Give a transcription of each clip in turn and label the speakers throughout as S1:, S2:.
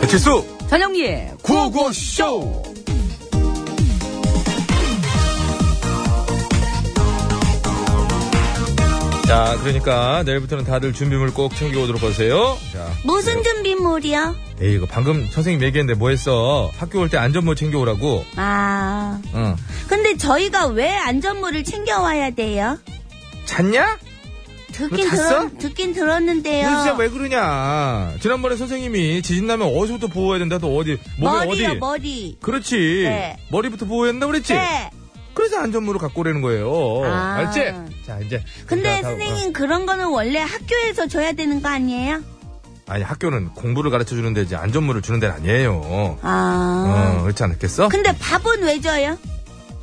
S1: 배칠수
S2: 전영미의
S1: 구호구쇼 자 그러니까 내일부터는 다들 준비물 꼭 챙겨오도록 하세요 자
S3: 무슨 준비물이야?
S1: 에이 이거 방금 선생님 얘기했는데 뭐 했어 학교 올 때 안전모 뭐 챙겨오라고
S3: 아,
S1: 응
S3: 근데 저희가 왜 안전모를 챙겨와야 돼요?
S1: 잤냐?
S3: 듣긴,
S1: 너 잤어?
S3: 들었, 듣긴
S1: 너 진짜
S3: 들었는데요.
S1: 왜 그러냐 지난번에 선생님이 지진 나면 어디서부터 보호해야 된다 또 어디 몸에
S3: 머리요,
S1: 어디
S3: 머리.
S1: 그렇지
S3: 네.
S1: 머리부터 보호한다 그랬지
S3: 네.
S1: 그래서 안전모를 갖고 오라는 거예요
S3: 아.
S1: 알지? 자 이제
S3: 근데
S1: 자, 다- 어.
S3: 선생님 그런 거는 원래 학교에서 줘야 되는 거 아니에요?
S1: 아니 학교는 공부를 가르쳐 주는 데지 안전물을 주는 데는 아니에요.
S3: 아.
S1: 어, 그렇지 않겠어?
S3: 근데 밥은 왜 줘요?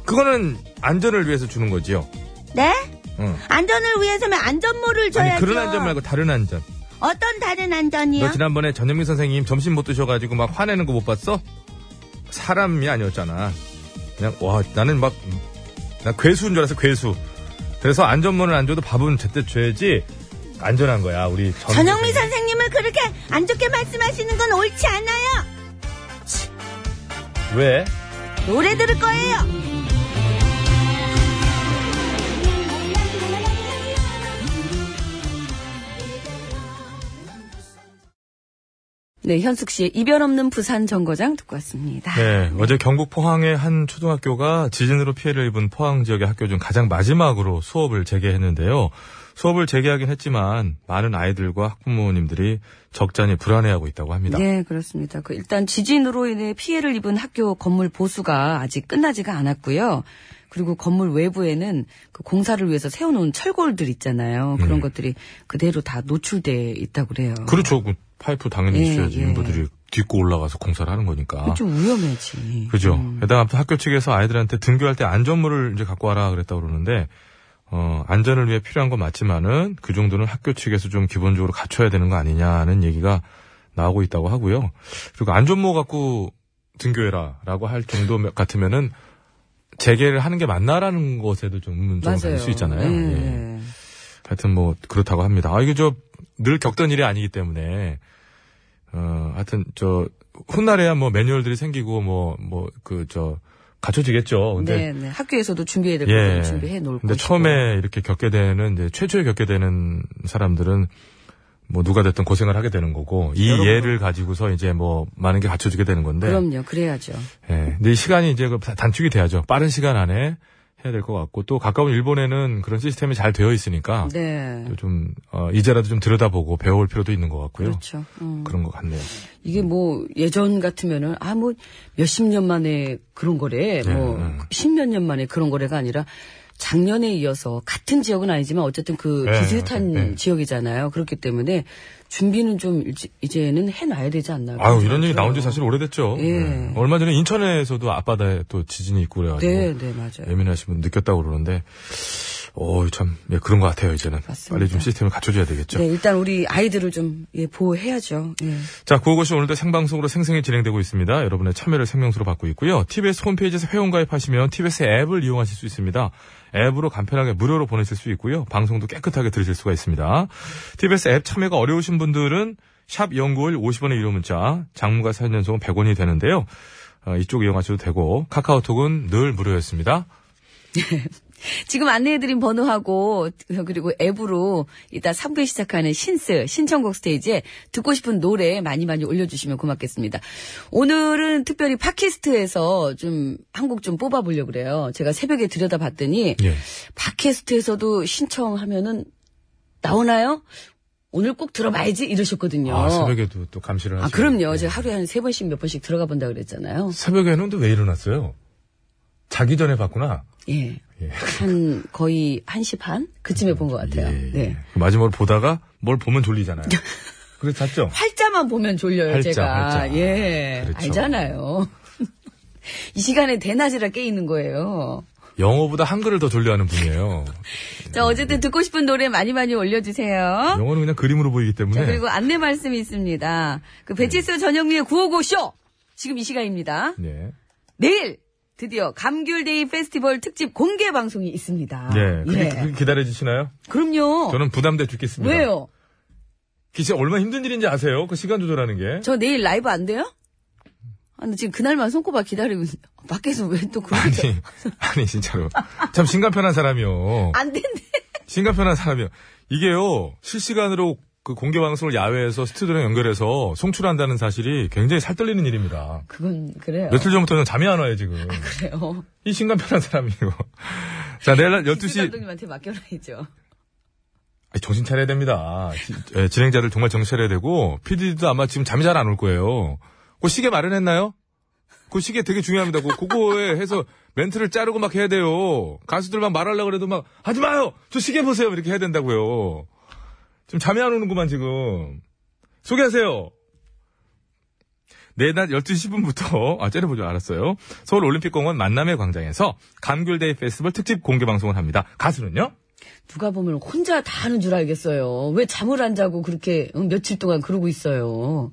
S1: 그거는 안전을 위해서 주는 거지요.
S3: 네?
S1: 응.
S3: 안전을 위해서면 안전모를 줘야죠.
S1: 아니 그런 안전 말고 다른 안전.
S3: 어떤 다른 안전이요?
S1: 너 지난번에 전현민 선생님 점심 못 드셔가지고 막 화내는 거 못 봤어? 사람이 아니었잖아. 그냥 와 나는 막나 괴수인 줄 알았어 괴수. 그래서 안전문을 안 줘도 밥은 제때 줘야지 안전한 거야 우리 전 선생님.
S3: 전영미 선생님을 그렇게 안 좋게 말씀하시는 건 옳지 않아요.
S1: 왜?
S3: 노래 들을 거예요.
S2: 네 현숙 씨의 이별 없는 부산 정거장 듣고 왔습니다.
S1: 네, 어제 경북 포항의 한 초등학교가 지진으로 피해를 입은 포항 지역의 학교 중 가장 마지막으로 수업을 재개했는데요. 수업을 재개하긴 했지만 많은 아이들과 학부모님들이 적잖이 불안해하고 있다고 합니다.
S2: 네, 그렇습니다. 그 일단 지진으로 인해 피해를 입은 학교 건물 보수가 아직 끝나지가 않았고요. 그리고 건물 외부에는 그 공사를 위해서 세워놓은 철골들 있잖아요.
S1: 네.
S2: 그런 것들이 그대로 다 노출돼 있다고 그래요.
S1: 그렇죠. 그 파이프 당연히
S2: 예,
S1: 있어야지
S2: 예. 그렇죠.
S1: 인부들이 딛고 올라가서 공사를 하는 거니까.
S2: 좀 위험해지.
S1: 아. 그죠. 게다가 아무튼 학교 측에서 아이들한테 등교할 때 안전물을 이제 갖고 와라 그랬다고 그러는데 어, 안전을 위해 필요한 건 맞지만은 그 정도는 학교 측에서 좀 기본적으로 갖춰야 되는 거 아니냐는 얘기가 나오고 있다고 하고요. 그리고 안전모 갖고 등교해라라고 할 정도 같으면은 재개를 하는 게 맞나라는 것에도 좀 의문점을 가질 수 있잖아요. 예.
S2: 네.
S1: 하여튼 뭐 그렇다고 합니다. 아 이게 저 늘 겪던 일이 아니기 때문에 어 하여튼 저 훗날에야 뭐 매뉴얼들이 생기고 뭐 뭐 그 저 갖춰지겠죠. 근데
S2: 네, 그렇죠. 네. 학교에서도 준비해야 될 것들
S1: 예.
S2: 은 준비해 놓을
S1: 근데
S2: 것이고.
S1: 처음에 이렇게 겪게 되는 이제 최초에 겪게 되는 사람들은 뭐 누가 됐든 고생을 하게 되는 거고 이
S2: 여러모로.
S1: 예를 가지고서 이제 뭐 많은 게 갖춰지게 되는 건데.
S2: 그럼요, 그래야죠.
S1: 예. 근데 이 시간이 이제 그 다- 단축이 돼야죠. 빠른 시간 안에 해야 될 것 같고 또 가까운 일본에는 그런 시스템이 잘 되어 있으니까
S2: 네,
S1: 또 좀, 어, 이제라도 좀 들여다보고 배워올 필요도 있는 것 같고요.
S2: 그렇죠. 음.
S1: 런것 같네요.
S2: 이게 뭐 예전 같으면은 아 뭐 몇십 년 만에 그런 거래 뭐
S1: 음.
S2: 십몇 년 만에 그런 거래가 아니라 작년에 이어서 같은 지역은 아니지만 어쨌든 그
S1: 네,
S2: 비슷한
S1: 네, 네.
S2: 지역이잖아요. 그렇기 때문에 준비는 좀 일지- 이제는 해놔야 되지 않나.
S1: 아유, 이런
S2: 그런 생각이
S1: 얘기 나온 지
S2: 들어요.
S1: 사실 오래됐죠.
S2: 예.
S1: 네. 얼마 전에 인천에서도 앞바다에 또 지진이 있고 그래가지고.
S2: 네, 네, 맞아요.
S1: 예민하신 분 느꼈다고 그러는데, 오, 참, 예, 그런 것 같아요, 이제는.
S2: 맞습니다.
S1: 빨리 좀 시스템을 갖춰줘야 되겠죠.
S2: 네, 일단 우리 아이들을 좀 예, 보호해야죠. 예.
S1: 자, 구호고시 오늘도 생방송으로 생생히 진행되고 있습니다. 여러분의 참여를 생명수로 받고 있고요. TBS 홈페이지에서 회원가입하시면 TBS 앱을 이용하실 수 있습니다. 앱으로 간편하게 무료로 보내실 수 있고요. 방송도 깨끗하게 들으실 수가 있습니다. TBS 앱 참여가 어려우신 분들은 샵 연구일 50원의 유료 문자, 장무가 사연 연속은 100원이 되는데요. 어, 이쪽 이용하셔도 되고 카카오톡은 늘 무료였습니다.
S2: 지금 안내해드린 번호하고 그리고 앱으로 이따 3부에 시작하는 신스 신청곡 스테이지에 듣고 싶은 노래 많이 많이 올려주시면 고맙겠습니다. 오늘은 특별히 팟캐스트에서 좀 한 곡 좀 뽑아보려고 그래요. 제가 새벽에 들여다봤더니
S1: 예.
S2: 팟캐스트에서도 신청하면은 나오나요? 오늘 꼭 들어봐야지 이러셨거든요.
S1: 아, 새벽에도 또 감시를
S2: 아,
S1: 하시고. 예.
S2: 그럼요. 제가 하루에 한 세 번씩 몇 번씩 들어가 본다 그랬잖아요.
S1: 새벽에는 또 왜 일어났어요? 자기 전에 봤구나.
S2: 예.
S1: 예.
S2: 한 거의 한 시 반? 그쯤에 본 것 같아요.
S1: 예, 예.
S2: 네.
S1: 마지막으로 보다가 뭘 보면 졸리잖아요. 그래서 잤죠?
S2: 활자만 보면 졸려요,
S1: 활자,
S2: 제가.
S1: 활자.
S2: 예.
S1: 그렇죠.
S2: 알잖아요. 이 시간에 대낮이라 깨있는 거예요.
S1: 영어보다 한글을 더 졸려하는 분이에요. 네.
S2: 자, 어쨌든 듣고 싶은 노래 많이 많이 올려주세요.
S1: 영어는 그냥 그림으로 보이기
S2: 자,
S1: 때문에.
S2: 그리고 안내 말씀이 있습니다. 그 배치수 전영미의 955쇼! 지금 이 시간입니다.
S1: 네.
S2: 내일! 드디어 감귤데이 페스티벌 특집 공개 방송이 있습니다.
S1: 예. 그게,
S2: 예.
S1: 그게 기다려주시나요?
S2: 어. 그럼요.
S1: 저는 부담돼 죽겠습니다.
S2: 왜요?
S1: 진짜 얼마나 힘든 일인지 아세요? 그 시간 조절하는 게.
S2: 저 내일 라이브 안 돼요? 아, 근데 지금 그날만 손꼽아 기다리고 있는데 밖에서 왜 또 그러게
S1: 아니, 아니, 진짜로. 참 심가편한 사람이요.
S2: 안 된대.
S1: 심가편한 사람이요. 이게요, 실시간으로 그 공개 방송을 야외에서 스튜디오랑 연결해서 송출한다는 사실이 굉장히 살떨리는 일입니다.
S2: 그건 그래요.
S1: 며칠 전부터는 잠이 안 와요, 지금.
S2: 그래요.
S1: 이 심가편한 사람이요. 자, 내일 날
S2: 기술
S1: 12시.
S2: 감독님한테 맡겨놔야죠.
S1: 아니, 정신 차려야 됩니다. 지- 예, 진행자들 정말 정신 차려야 되고, PD도 아마 지금 잠이 잘 안 올 거예요. 그 시계 마련했나요? 그 시계 되게 중요합니다. 그, 그거에 해서 멘트를 자르고 막 해야 돼요. 가수들 막 말하려고 그래도 막, 하지 마요! 저 시계 보세요! 이렇게 해야 된다고요. 지금 잠이 안 오는구만, 지금. 소개하세요! 내일 낮 12시 10분부터, 아, 째려보죠. 알았어요. 서울올림픽공원 만남의 광장에서 감귤데이 페스티벌 특집 공개 방송을 합니다. 가수는요?
S2: 누가 보면 혼자 다 하는 줄 알겠어요. 왜 잠을 안 자고 그렇게 응, 며칠 동안 그러고 있어요.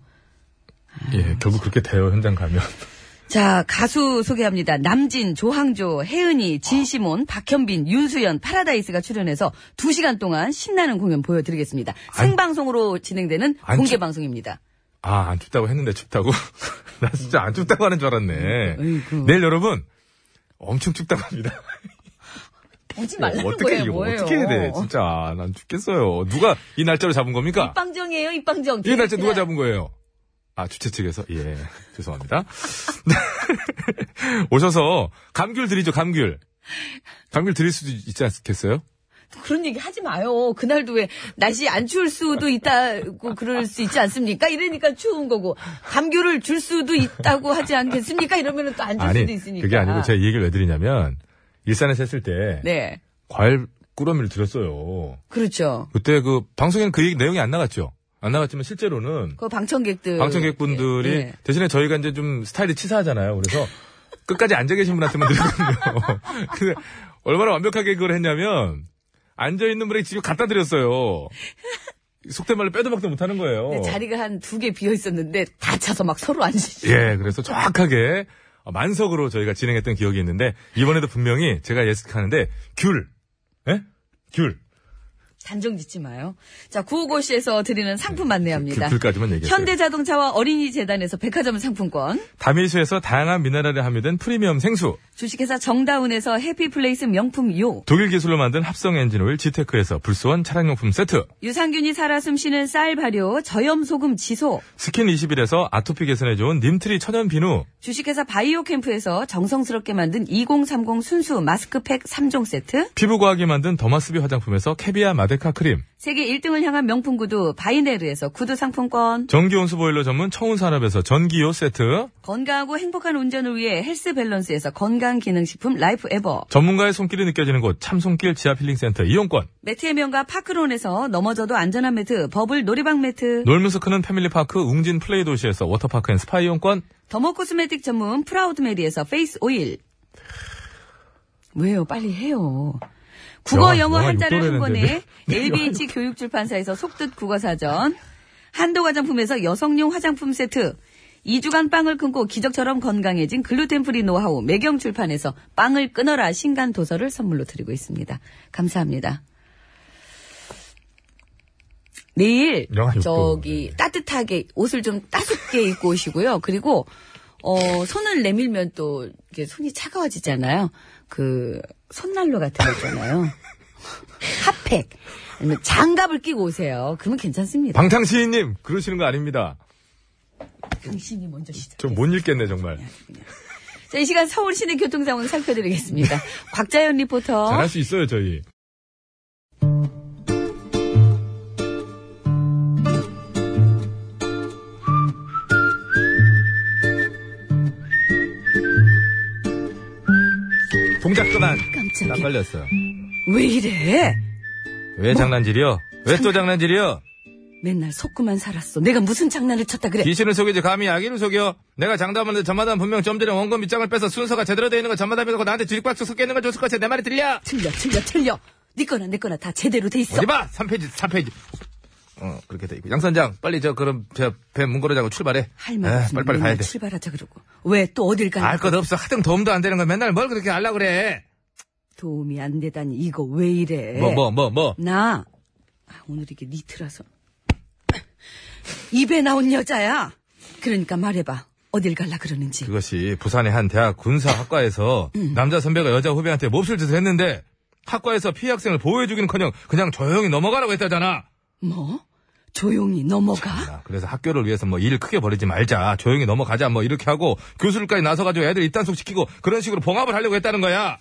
S2: 아.
S1: 예, 결국 그렇게 돼요, 현장 가면.
S2: 자, 가수 소개합니다. 남진, 조항조, 혜은이, 진시몬, 박현빈, 윤수연, 파라다이스가 출연해서 2시간 동안 신나는 공연 보여드리겠습니다.
S1: 안-
S2: 생방송으로 진행되는
S1: 안
S2: 공개
S1: 춥-
S2: 방송입니다.
S1: 아, 안 춥다고 했는데 춥다고? 나 진짜 안 춥다고 하는 줄 알았네.
S2: 어이구.
S1: 내일 여러분, 엄청 춥다고 합니다.
S2: 오지 말라는
S1: 어떻게,
S2: 거예요,
S1: 이거
S2: 뭐예요?
S1: 어떻게 해야 돼, 진짜. 난 죽겠어요. 누가 이 날짜를 잡은 겁니까?
S2: 입방정이에요, 입방정.
S1: 이 날짜 누가 잡은 거예요? 아, 주최 측에서? 예, 죄송합니다. 오셔서, 감귤 드리죠, 감귤. 감귤 드릴 수도 있지 않겠어요?
S2: 그런 얘기 하지 마요. 그날도 왜 날씨 안 추울 수도 있다고 그럴 수 있지 않습니까? 이러니까 추운 거고 감귤을 줄 수도 있다고 하지 않겠습니까? 이러면은 또 안 줄 수도
S1: 아니,
S2: 있으니까.
S1: 그게 아니고 제가 이 얘기를 왜 드리냐면, 일산에서 했을 때,
S2: 네,
S1: 과일 꾸러미를 드렸어요.
S2: 그렇죠.
S1: 그때 그 방송에는 그 얘기- 내용이 안 나갔죠. 안 나갔지만 실제로는
S2: 그 방청객들
S1: 방청객분들이
S2: 예, 예.
S1: 대신에 저희가 이제 좀 스타일이 치사하잖아요. 그래서 끝까지 앉아 계신 분한테만 드리거든요. 근데 얼마나 완벽하게 그걸 했냐면 앉아 있는 분에게 직접 갖다 드렸어요. 속된 말로 빼도 박도 못하는 거예요.
S2: 근데 네, 자리가 한 두 개 비어 있었는데 다 차서 막 서로 앉으시.
S1: 예, 그래서 정확하게 만석으로 저희가 진행했던 기억이 있는데 이번에도 분명히 제가 예측하는데 귤, 예, 귤,
S2: 단정 짓지 마요. 자, 구호고시에서 드리는 상품 안내합니다.
S1: 그 귤, 귤까지만 얘기했어요.
S2: 현대자동차와 어린이재단에서 백화점 상품권,
S1: 다미수에서 다양한 미네랄이 함유된 프리미엄 생수,
S2: 주식회사 정다운에서 해피플레이스 명품요,
S1: 독일 기술로 만든 합성 엔진 오일 지테크에서 불소원 차량용품 세트,
S2: 유산균이 살아 숨쉬는 쌀 발효, 저염 소금 지소,
S1: 스킨 21에서 아토피 개선에 좋은 님트리 천연 비누,
S2: 주식회사 바이오 캠프에서 정성스럽게 만든 2030 순수 마스크팩 3종 세트,
S1: 피부과학이 만든 더마스비 화장품에서 캐비아 마데카 크림,
S2: 세계 1등을 향한 명품 구두 바이네르에서 구두 상품권,
S1: 전기온수보일러 전문 청운산업에서 전기요 세트,
S2: 건강하고 행복한 운전을 위해 헬스 밸런스에서 건강기능식품 라이프 에버,
S1: 전문가의 손길이 느껴지는 곳 참손길 지하필링센터 이용권,
S2: 매트의 명가 파크론에서 넘어져도 안전한 매트, 버블 놀이방 매트,
S1: 놀면서 크는 패밀리파크 웅진 플레이 도시에서 워터파크 앤 스파 이용권,
S2: 더머 코스메틱 전문 프라우드메리에서 페이스 오일. 왜요? 빨리 해요.
S1: 영화,
S2: 국어, 영어
S1: 영화
S2: 한자를 한
S1: 육도를
S2: 권에
S1: 했는데 왜-
S2: LBH 교육출판사에서 속뜻 국어사전, 한도 화장품에서 여성용 화장품 세트, 2주간 빵을 끊고 기적처럼 건강해진 글루텐프리 노하우 매경출판에서 빵을 끊어라 신간 도서를 선물로 드리고 있습니다. 감사합니다. 내일
S1: 영하 육도.
S2: 저기
S1: 네.
S2: 따뜻하게 옷을 좀 따숩게 입고 오시고요. 그리고 어 손을 내밀면 또 이게 손이 차가워지잖아요. 그 손난로 같은 거 있잖아요. 핫팩 아니면 장갑을 끼고 오세요. 그러면 괜찮습니다.
S1: 방탕시인님 그러시는 거 아닙니다. 아.
S2: 당신이 먼저 시작.
S1: 좀 못 읽겠네 정말.
S2: 자, 이 시간 서울 시내 교통 상황 살펴드리겠습니다. 곽자연 리포터.
S1: 잘할 수 있어요 저희. 동작 그만. 땀
S2: 깜짝이야.
S1: 걸렸어요.
S2: 왜 이래?
S1: 왜 장난질이요? 왜 또 장난질이요?
S2: 맨날 속구만 살았어. 내가 무슨 장난을 쳤다 그래?
S1: 귀신을 속이지 감히 아기를 속여. 내가 장담하는데 전마담 분명 점 전에 원금 밑장을 빼서 순서가 제대로 되어 있는 거 전마담 빼고 나한테 주입박수 섞여 있는 걸 줬을 것 같아. 내 말이 들려?
S2: 틀려, 틀려, 틀려. 네 거나 내 거나 다 제대로 돼 있어.
S1: 어디 봐! 3페이지, 3페이지. 어, 그렇게 돼 있고. 양선장, 빨리 저, 그럼, 저, 배 문고르자고 출발해.
S2: 할말
S1: 에,
S2: 없으면
S1: 빨리빨리
S2: 맨날
S1: 가야 돼.
S2: 출발하자 그러고 왜 또 어딜 가냐
S1: 알 것 없어. 하등 도움도 안 되는 건 맨날 뭘 그렇게 알라 그래.
S2: 도움이 안 되다니 이거 왜 이래
S1: 뭐, 뭐, 뭐, 뭐.
S2: 나 아, 오늘 이게 니트라서 입에 나온 여자야. 그러니까 말해봐. 어딜 갈라 그러는지.
S1: 그것이 부산의 한 대학 군사학과에서
S2: 음.
S1: 남자 선배가 여자 후배한테 몹쓸 짓을 했는데 학과에서 피해 학생을 보호해주기는커녕 그냥 조용히 넘어가라고 했다잖아.
S2: 뭐? 조용히 넘어가?
S1: 아, 그래서 학교를 위해서 뭐 일 크게 벌이지 말자 조용히 넘어가자 뭐 이렇게 하고 교수들까지 나서가지고 애들 입단속 시키고 그런 식으로 봉합을 하려고 했다는 거야.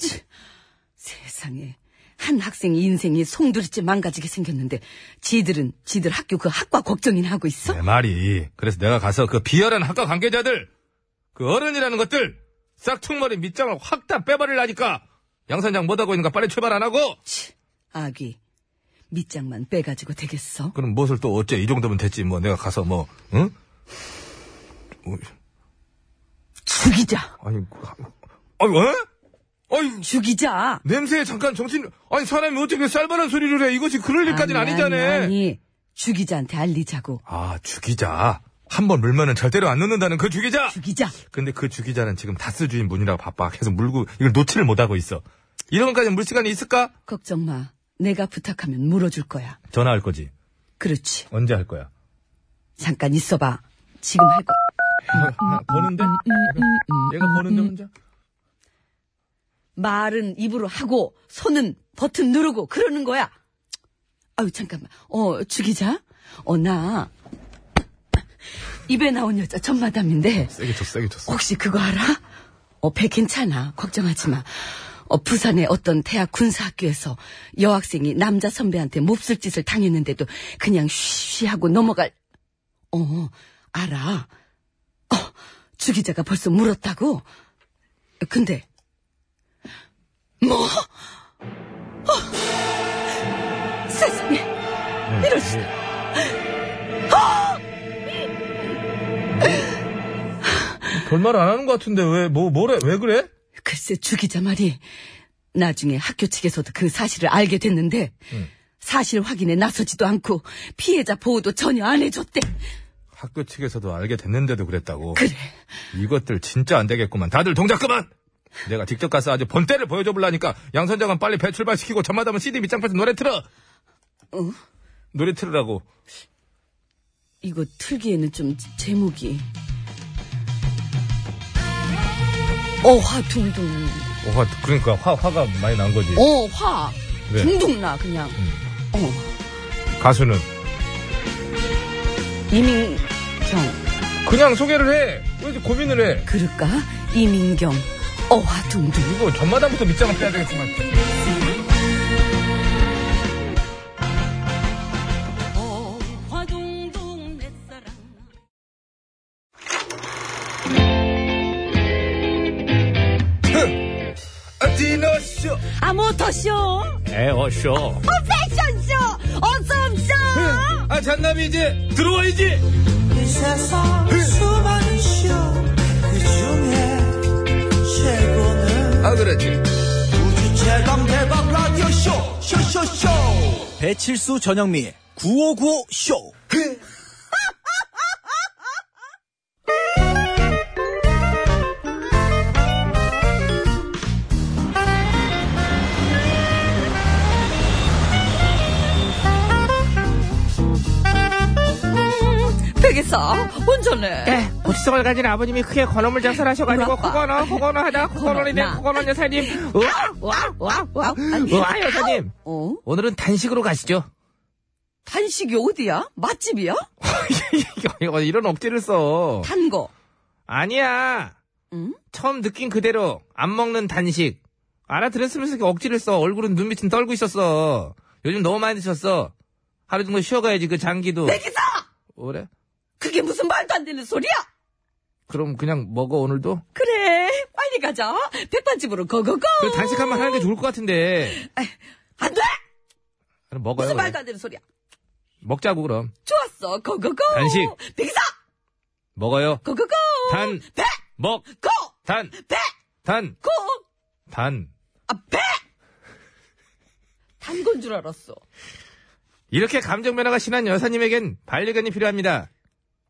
S2: 세상에. 한 학생 인생이 송두리째 망가지게 생겼는데 지들은 지들 학교 그 학과 걱정이나 하고 있어?
S1: 내 말이 그래서 내가 가서 그 비열한 학과 관계자들 그 어른이라는 것들 싹퉁머리 밑장을 확 다 빼버리려니까 양선장 못하고 있는가 빨리 출발 안 하고
S2: 아기. 밑장만 빼가지고 되겠어?
S1: 그럼 무엇을 또 어째 이 정도면 됐지 뭐 내가 가서 뭐 응? 어,
S2: 죽이자.
S1: 아니 가- 아니 왜? 아니
S2: 죽이자.
S1: 냄새에 잠깐 정신 아니 사람이 어떻게 쌀바란 소리를 해 이것이 그럴 일까지는
S2: 아니,
S1: 아니잖아
S2: 아니, 아니. 죽이자한테 알리자고.
S1: 아 죽이자 한 번 물면은 절대로 안 놓는다는 그 죽이자
S2: 죽이자.
S1: 근데 그 주기자는 지금 다스 주인 문이라고 바빠. 계속 물고 이걸 놓지를 못하고 있어. 이런 것까지 물 시간이 있을까?
S2: 걱정 마. 내가 부탁하면 물어줄 거야.
S1: 전화할 거지.
S2: 그렇지.
S1: 언제 할 거야?
S2: 잠깐 있어봐. 지금 할 거.
S1: 하나 버는데? 얘가 버는데 혼자?
S2: 말은 입으로 하고 손은 버튼 누르고 그러는 거야. 아유 잠깐만. 어 죽이자. 어 나 입에 나온 여자 전 마담인데
S1: 세게 쳤어, 세게 쳤어.
S2: 혹시 그거 알아? 어, 배 괜찮아. 걱정하지 마. 어, 부산의 어떤 대학 군사학교에서 여학생이 남자 선배한테 몹쓸 짓을 당했는데도 그냥 쉬쉬 하고 넘어갈, 어, 알아. 어, 주기자가 벌써 물었다고? 근데, 뭐? 어, 세상에. 이럴 수-
S1: 별말 안 하는 것 같은데 왜, 뭐, 뭐래, 왜 그래?
S2: 글쎄 죽이자 말이 나중에 학교 측에서도 그 사실을 알게 됐는데 사실 확인에 나서지도 않고 피해자 보호도 전혀 안 해줬대
S1: 학교 측에서도 알게 됐는데도 그랬다고.
S2: 그래
S1: 이것들 진짜 안 되겠구만. 다들 동작 그만! 내가 직접 가서 아주 본때를 보여줘 볼라니까 양선장은 빨리 배 출발시키고 저마다면 CD 밑장팔 노래 틀어!
S2: 어?
S1: 노래 틀으라고.
S2: 이거 틀기에는 좀 제- 제목이 어화 둥둥
S1: 어, 화, 그러니까 화, 화가 많이 난 거지.
S2: 어화
S1: 왜?
S2: 둥둥 나 그냥 어
S1: 가수는
S2: 이민경
S1: 그냥 소개를 해. 왜 이렇게 고민을 해?
S2: 그럴까 이민경 어화 둥둥
S1: 이거 전마담부터 밑장을 빼야 되겠구만. 디너쇼
S2: 아 모터쇼
S1: 에어쇼
S2: 패션쇼 어썸쇼
S1: 아 잔남이 이제 들어와야지
S4: 이 세상 수많은 쇼그 중에 최고는
S1: 아 그렇지
S4: 우주 최강 대박 라디오 쇼 쇼쇼쇼 배칠수 전영미 9595 쇼.
S2: 되겠어 운전해
S5: 네, 고추성을 가진 아버님이 크게 건어물 장사를 하셔가지고
S2: 우와.
S5: 코건어 코건어 하다 코건어리네
S2: 나.
S5: 코건어 여사님
S2: 와와와
S5: 우와 여사님
S2: 어?
S5: 오늘은 단식으로 가시죠
S2: 단식이 어디야? 맛집이야?
S5: 이거, 이거 이런 억지를 써
S2: 단 거.
S5: 아니야
S2: 응?
S5: 처음 느낀 그대로 안 먹는 단식 알아들었으면서 이렇게 억지를 써 얼굴은 눈빛은 떨고 있었어 요즘 너무 많이 드셨어 하루 정도 쉬어가야지 그 장기도
S2: 기사!
S5: 그래?
S2: 그게 무슨 말도 안 되는 소리야?
S5: 그럼 그냥 먹어 오늘도?
S2: 그래, 빨리 가자. 백반집으로 고고고!
S5: 그래, 단식 한번 하는 게 좋을 것 같은데
S2: 안 돼!
S5: 그럼 먹어요
S2: 무슨
S5: 그래.
S2: 말도 안 되는 소리야.
S5: 먹자고 그럼
S2: 좋았어, 고고고!
S5: 단식.
S2: 백기사!
S5: 먹어요
S2: 고고고!
S5: 단
S2: 배!
S5: 먹
S2: 고!
S5: 단,
S2: 배!
S5: 단,
S2: 고!
S5: 단.
S2: 아, 배! 단 건 줄 알았어.
S5: 이렇게 감정 변화가 심한 여사님에겐 반려견이 필요합니다.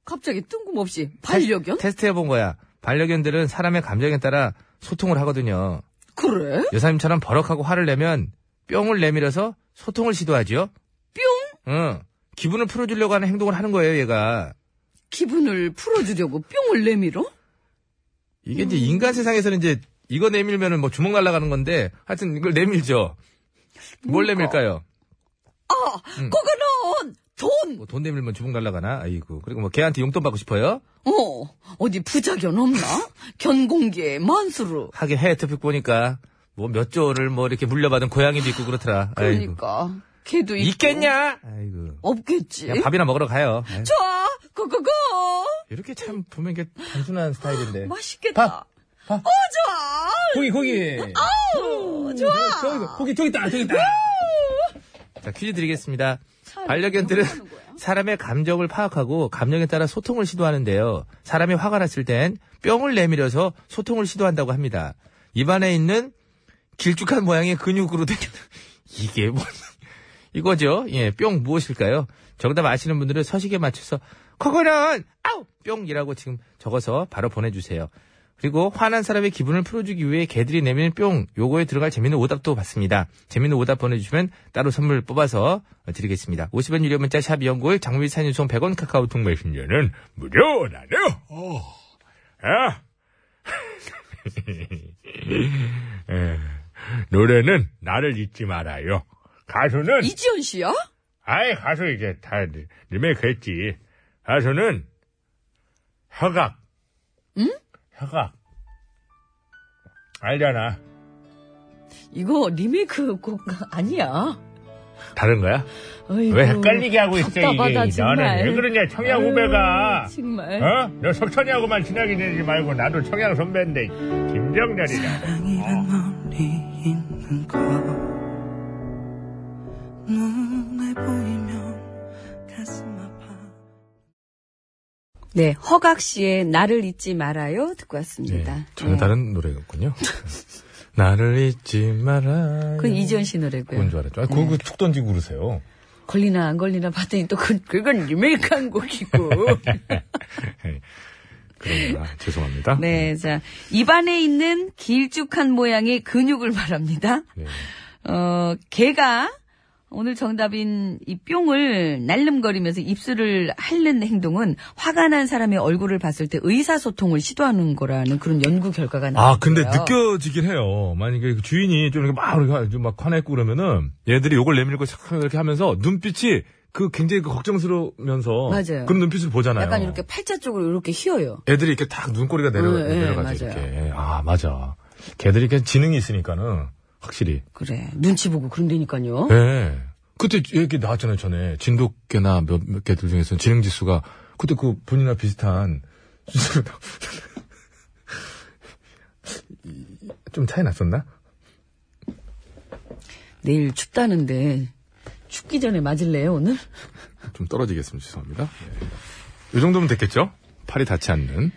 S2: 갑자기 뜬금없이 반려견?
S5: 테스트 해본 거야. 반려견들은 사람의 감정에 따라 소통을 하거든요.
S2: 그래?
S5: 여사님처럼 버럭하고 화를 내면 뿅을 내밀어서 소통을 시도하지요.
S2: 뿅!
S5: 응. 기분을 풀어주려고 하는 행동을 하는 거예요, 얘가.
S2: 기분을 풀어주려고 뿅을 내밀어?
S5: 이게 이제 인간 세상에서는 이제 이거 내밀면은 뭐 주먹 날아가는 건데 하여튼 이걸 내밀죠. 뭘 내밀까요?
S2: 아,
S1: 음.
S2: 그거는 돈!
S5: 뭐 돈 내밀면 주먹 날아가나? 아이고. 그리고 뭐 걔한테 용돈 받고 싶어요?
S2: 어, 어디 부작연 없나? 견공계 만수르.
S5: 하긴 해외 특급 보니까 뭐 몇 조를 뭐 이렇게 물려받은 고양이도 있고 그렇더라. 아이고.
S2: 그러니까. 걔도 있고.
S5: 있겠냐? 아이고.
S2: 없겠지.
S5: 그냥 예, 밥이나 먹으러 가요. 네. 아이고.
S2: 좋아! 그, 고고고!
S5: 이렇게 참 보면 이게 단순한 스타일인데.
S2: 뭐? 맛있겠다. 어, 좋아!
S5: 고기 고기.
S2: 어, 좋아!
S5: 고기 저기 있다 저기 있다. 자 퀴즈 드리겠습니다. 반려견들은
S2: 하는 거야?
S5: 사람의 감정을 파악하고 감정에 따라 소통을 시도하는데요. 사람이 화가 났을 땐 뿅을 내밀어서 소통을 시도한다고 합니다. 입안에 있는 길쭉한 모양의 근육으로 된 이게 뭐 이거죠? 예, 뿅 무엇일까요? 정답 아시는 분들은 서식에 맞춰서 그거는 아우 뿅이라고 지금 적어서 바로 보내주세요. 그리고 화난 사람의 기분을 풀어주기 위해 개들이 내미는 뿅 요거에 들어갈 재밌는 오답도 받습니다. 재밌는 오답 보내주시면 따로 선물 뽑아서 드리겠습니다. 50원 유료 문자 샵 연구일 장미 산유송 100원 카카오톡 메신저는 어. 무료라네요.
S1: 아! 예. 노래는 나를 잊지 말아요. 가수는
S2: 이지연 씨야?
S1: 아예 가수 이제 다 리- 리메이크했지. 가수는 허각. 응? 허각. 알잖아.
S2: 이거 리메이크 곡 아니야.
S1: 다른 거야?
S2: 어이구,
S1: 왜 헷갈리게 하고 있어
S2: 답답하다,
S1: 이게?
S2: 정말.
S1: 너는 왜 그러냐 청양
S2: 아유,
S1: 후배가.
S2: 정말.
S1: 어? 너 석천이하고만 친하게 지내지 말고 나도 청양 선배인데 김정렬이라.
S2: 아,
S4: 이란 멀리 있는 거 눈에 보이면 가슴 아파
S2: 네, 허각 씨의 나를 잊지 말아요 듣고 왔습니다.
S1: 전혀
S2: 네.
S1: 다른 노래였군요. 나를 잊지 마라.
S2: 네. 그건 네. 이지연 씨 노래고요.
S1: 그건 줄 알았죠. 아, 그거 툭 던지고 그러세요.
S2: 걸리나 안 걸리나 봤더니 또 그, 그건 리메이크한 곡이고.
S1: 네. 그러나 그러니까, 죄송합니다.
S2: 네, 자 입안에 있는 길쭉한 모양의 근육을 말합니다.
S1: 네.
S2: 어, 개가 오늘 정답인 이 뿅을 날름거리면서 입술을 핥는 행동은 화가 난 사람의 얼굴을 봤을 때 의사소통을 시도하는 거라는 그런 연구 결과가 나왔어요.
S1: 아, 근데 느껴지긴 해요. 만약에 그 주인이 좀 이렇게 막, 이렇게 좀막 화냈고 그러면은 얘들이 요걸 내밀고 착 이렇게 하면서 눈빛이 그 굉장히 그 걱정스러우면서
S2: 맞아요.
S1: 그런 눈빛을 보잖아요.
S2: 약간 이렇게 팔자 쪽으로 이렇게 휘어요.
S1: 애들이 이렇게 딱 눈꼬리가 내려,
S2: 네, 네,
S1: 내려가죠.
S2: 맞아요.
S1: 이렇게. 아, 맞아. 걔들이 그냥 지능이 있으니까는 확실히.
S2: 그래 눈치 보고 그런다니까요.
S1: 예. 그때 얘기 나왔잖아요, 전에. 진돗개나 몇, 몇 개들 중에서 지능 지수가 그때 그 분이나 비슷한 수치로 나오- 이- 좀 차이 났었나?
S2: 내일 춥다는데 춥기 전에 맞을래요 오늘?
S1: 좀 떨어지겠습니다. 죄송합니다. 예. 이 정도면 됐겠죠? 팔이 닿지 않는.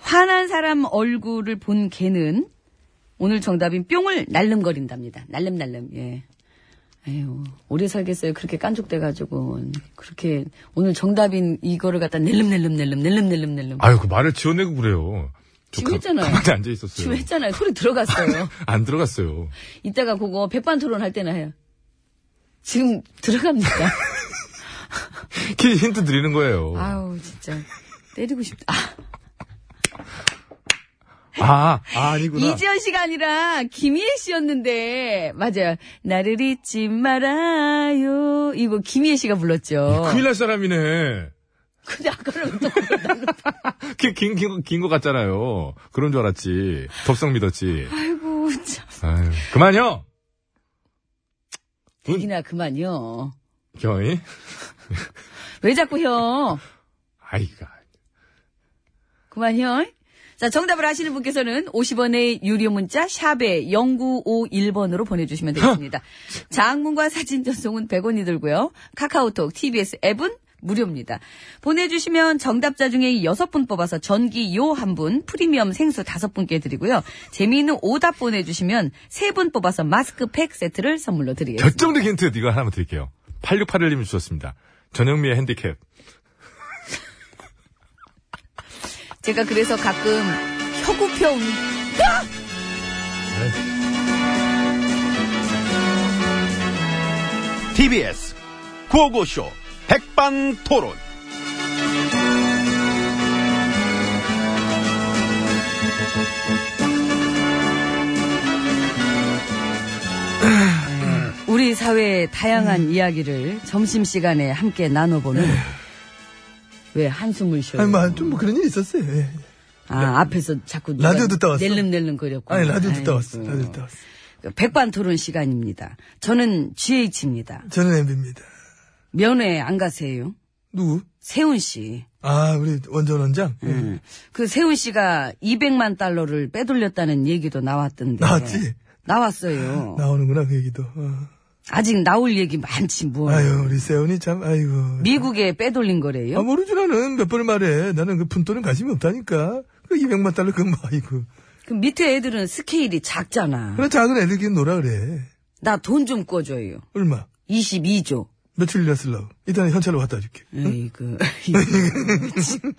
S2: 화난 사람 얼굴을 본 개는 오늘 정답인 뿅을 날름거린답니다. 날름날름, 예. 아유, 오래 살겠어요. 그렇게 깐족돼가지고. 그렇게, 오늘 정답인 이거를 갖다 낼름낼름낼름, 낼름낼름낼름.
S1: 아유, 그 말을 지어내고 그래요. 저
S2: 지금
S1: 가-
S2: 했잖아요.
S1: 가만히 앉아 있었어요.
S2: 지금 했잖아요. 소리 들어갔어요.
S1: 안 들어갔어요.
S2: 이따가 그거 백반 토론 할 때나 해요. 지금 들어갑니다.
S1: 키 힌트 드리는 거예요.
S2: 아우, 진짜. 때리고 싶다. 아.
S1: 아, 아, 아니구나.
S2: 이지연 씨가 아니라 김희애 씨였는데 맞아요. 나를 잊지 말아요. 이거 김희애 씨가 불렀죠.
S1: 큰일 날 사람이네.
S2: 근데 아까는 또
S1: 긴, 긴, 긴, 긴거 같잖아요. 그런 줄 알았지. 덥석 믿었지.
S2: 아이고 참.
S1: 아유, 그만요!
S2: 대기나 그만요.
S1: 경이?
S2: 왜 자꾸 형?
S1: 아이가.
S2: 그만요. 자, 정답을 아시는 분께서는 50원의 유료 문자 샵에 0951번으로 보내주시면 되겠습니다. 장문과 사진 전송은 100원이 들고요. 카카오톡, TBS 앱은 무료입니다. 보내주시면 정답자 중에 6분 뽑아서 전기 요 1분, 프리미엄 생수 5분께 드리고요. 재미있는 오답 보내주시면 3분 뽑아서 마스크팩 세트를 선물로 드리겠습니다.
S1: 결정적 힌트 이거 하나만 드릴게요. 8681님이 주셨습니다. 전영미의 핸디캡.
S2: 제가 그래서 가끔 혀구평
S6: TBS 구호고쇼 백반토론.
S2: 우리 사회의 다양한
S6: 음.
S2: 이야기를 점심시간에 함께 나눠보는 왜 한숨을 쉬어요?
S6: 네. 아니, 뭐, 좀뭐 그런 일이 있었어요. 예.
S2: 아, 앞에서 자꾸 누가
S6: 라디오 듣다 왔어.
S2: 낼름낼름 거렸고.
S6: 아니, 라디오 듣다 왔어. 라디오 듣다 왔어.
S2: 백반 토론 시간입니다. 저는 GH입니다.
S6: 저는 MB입니다.
S2: 면회 안 가세요?
S6: 누구?
S2: 세훈 씨.
S6: 아, 우리 원전 원장? 예.
S2: 그 세훈 씨가 200만 달러를 빼돌렸다는 얘기도 나왔던데.
S6: 나왔지?
S2: 나왔어요.
S6: 나오는구나, 그 얘기도.
S2: 음.
S6: 어.
S2: 아직 나올 얘기 많지 뭐.
S6: 아유, 우리 세훈이 참, 아이고.
S2: 미국에 빼돌린 거래요?
S6: 아, 모르지, 나는. 몇 번을 말해. 나는 그 푼돈은 관심이 없다니까. 그 200만 달러 그건 뭐, 아이고.
S2: 그 밑에 애들은 스케일이 작잖아.
S6: 그런 작은 애들끼리 놀아 그래.
S2: 나 돈 좀 꿔줘요.
S6: 얼마?
S2: 22조.
S6: 며칠 일났을라고 일단 현찰로 갖다 줄게.
S2: 에이그. 이거 참.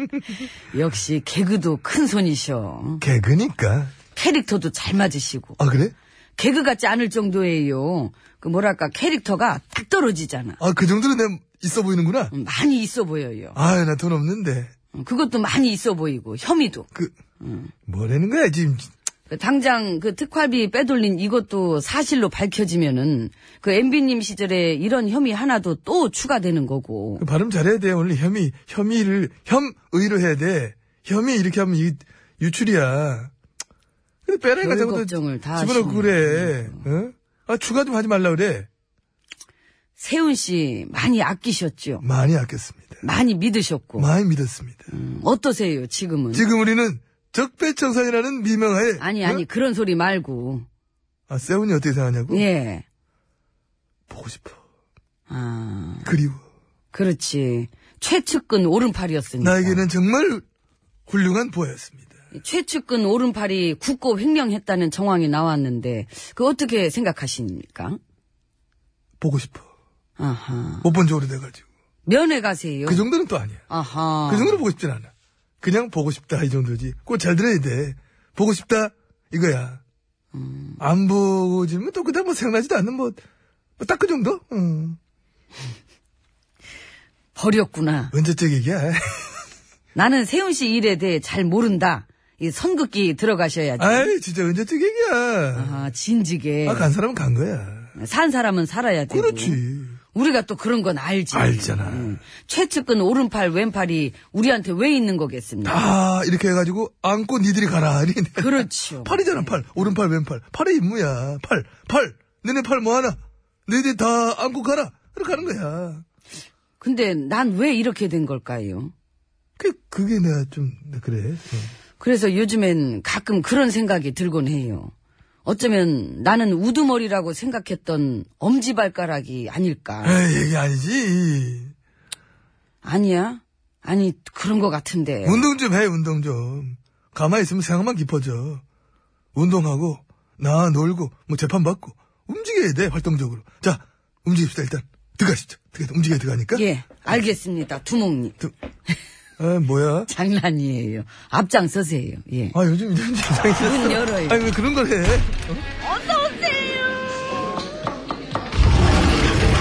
S2: 역시 개그도 큰 손이셔.
S6: 개그니까.
S2: 캐릭터도 잘 맞으시고.
S6: 아, 그래?
S2: 개그 같지 않을 정도예요. 그 뭐랄까 캐릭터가 딱 떨어지잖아.
S6: 아, 그 정도로 내 있어 보이는구나.
S2: 음, 많이 있어 보여요.
S6: 아유, 나 돈 없는데.
S2: 음, 그것도 많이 있어 보이고 혐의도.
S6: 그,
S2: 음.
S6: 뭐라는 거야, 지금.
S2: 그 당장 그 특활비 빼돌린 이것도 사실로 밝혀지면은 그 MB님 시절에 이런 혐의 하나도 또 추가되는 거고.
S6: 그 발음 잘해야 돼. 원래 혐의, 혐의를, 혐의로 해야 돼. 혐의 이렇게 하면 이, 유출이야. 근데 빼라니까
S2: 별
S6: 자꾸 또
S2: 걱정을 다
S6: 집어넣고
S2: 하시네.
S6: 그래. 어? 아, 추가 좀 하지 말라 그래.
S2: 세훈 씨 많이 아끼셨죠?
S6: 많이 아꼈습니다.
S2: 많이 믿으셨고.
S6: 많이 믿었습니다.
S2: 뭐. 음, 어떠세요 지금은?
S6: 지금 우리는 적배청산이라는 미명하에.
S2: 아니 아니
S6: 어?
S2: 그런 소리 말고.
S6: 아, 세훈이 어떻게 생각하냐고?
S2: 예.
S6: 보고 싶어.
S2: 아
S6: 그리워.
S2: 그렇지. 최측근 오른팔이었으니까.
S6: 나에게는 정말 훌륭한 보였습니다.
S2: 최측근 오른팔이 굳고 횡령했다는 정황이 나왔는데 그 어떻게 생각하십니까?
S6: 보고 싶어.
S2: 아하.
S6: 못 본 지 오래돼가지고.
S2: 면회 가세요.
S6: 그 정도는 또 아니야.
S2: 아하.
S6: 그 정도로 보고 싶진 않아. 그냥 보고 싶다 이 정도지. 꼭 잘 들어야 돼. 보고 싶다 이거야.
S2: 음.
S6: 안 보고 지면 또 그다음 뭐 생각나지도 않는 뭐딱 그 정도. 응.
S2: 버렸구나.
S6: 언제적 얘기야.
S2: 나는 세훈 씨 일에 대해 잘 모른다. 이 선긋기 들어가셔야지.
S6: 아이 진짜 언제적 얘기야.
S2: 아하, 진지게.
S6: 아 간 사람은 간 거야.
S2: 산 사람은 살아야 되고. 네.
S6: 그렇지.
S2: 우리가 또 그런 건 알지. 음.
S6: 알잖아.
S2: 최측근 오른팔 왼팔이 우리한테 왜 있는 거겠습니까?
S6: 아 이렇게 해가지고 안고 니들이 가라. 아니,
S2: 그렇죠.
S6: 팔이잖아 팔. 오른팔 왼팔. 팔의 임무야. 팔. 팔. 너네 팔 뭐 하나. 너희들 다 안고 가라. 이렇게 하는 거야.
S2: 근데 난 왜 이렇게 된 걸까요?
S6: 그 그게 내가 좀 그래. 응.
S2: 그래서 요즘엔 가끔 그런 생각이 들곤 해요. 어쩌면 나는 우두머리라고 생각했던 엄지발가락이 아닐까.
S6: 에이, 얘기 아니지.
S2: 아니야? 아니, 그런 것 같은데.
S6: 운동 좀 해, 운동 좀. 가만히 있으면 생각만 깊어져. 운동하고, 나 놀고, 뭐 재판받고, 움직여야 돼, 활동적으로. 자, 움직입시다, 일단. 들어가시죠. 들어가, 움직여야 들어가니까.
S2: 예, 알겠습니다. 두목님.
S6: 아, 뭐야.
S2: 장난이에요. 앞장서세요. 예.
S6: 아, 요즘 이런 세상이.
S2: 문 열어요.
S6: 아니, 왜 그런 걸 해? 어서오세요!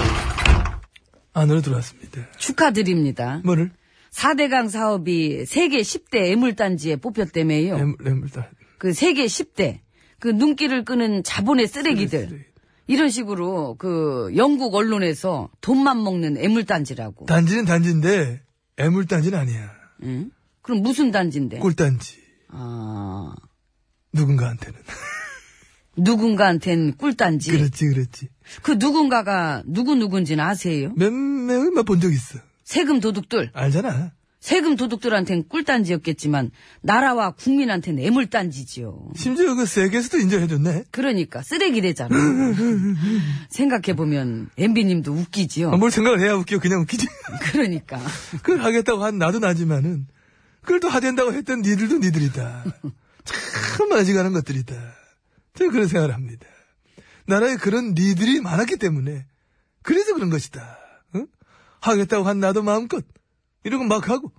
S6: 안으로 들어왔습니다.
S2: 축하드립니다.
S6: 뭐를?
S2: 4대강 사업이 세계 10대 애물단지에 뽑혔다며요.
S6: 램, 램을 다.
S2: 그 세계 10대, 그 눈길을 끄는 자본의 쓰레기들. 이런 식으로 그 영국 언론에서 돈만 먹는 애물단지라고.
S6: 단지는 단지인데, 애물단지는 아니야.
S2: 응? 그럼 무슨 단지인데?
S6: 꿀단지.
S2: 아,
S6: 누군가한테는.
S2: 누군가한텐 꿀단지.
S6: 그렇지, 그렇지.
S2: 그 누군가가 누구누군지는 아세요?
S6: 몇몇이만 본 적 있어.
S2: 세금 도둑들.
S6: 알잖아.
S2: 세금 도둑들한텐 꿀단지였겠지만 나라와 국민한텐 애물단지지요.
S6: 심지어 그 세계에서도 인정해줬네.
S2: 그러니까 쓰레기래잖아. 생각해보면 엠비님도 웃기지요.
S6: 아, 뭘 생각을 해야 웃겨. 그냥 웃기지.
S2: 그러니까.
S6: 그걸 하겠다고 한 나도 나지만은, 그걸 또 하된다고 했던 니들도 니들이다. 참 마지가는 것들이다. 저는 그런 생각을 합니다. 나라에 그런 니들이 많았기 때문에, 그래서 그런 것이다. 응? 하겠다고 한 나도 마음껏, 이런 건 막 하고,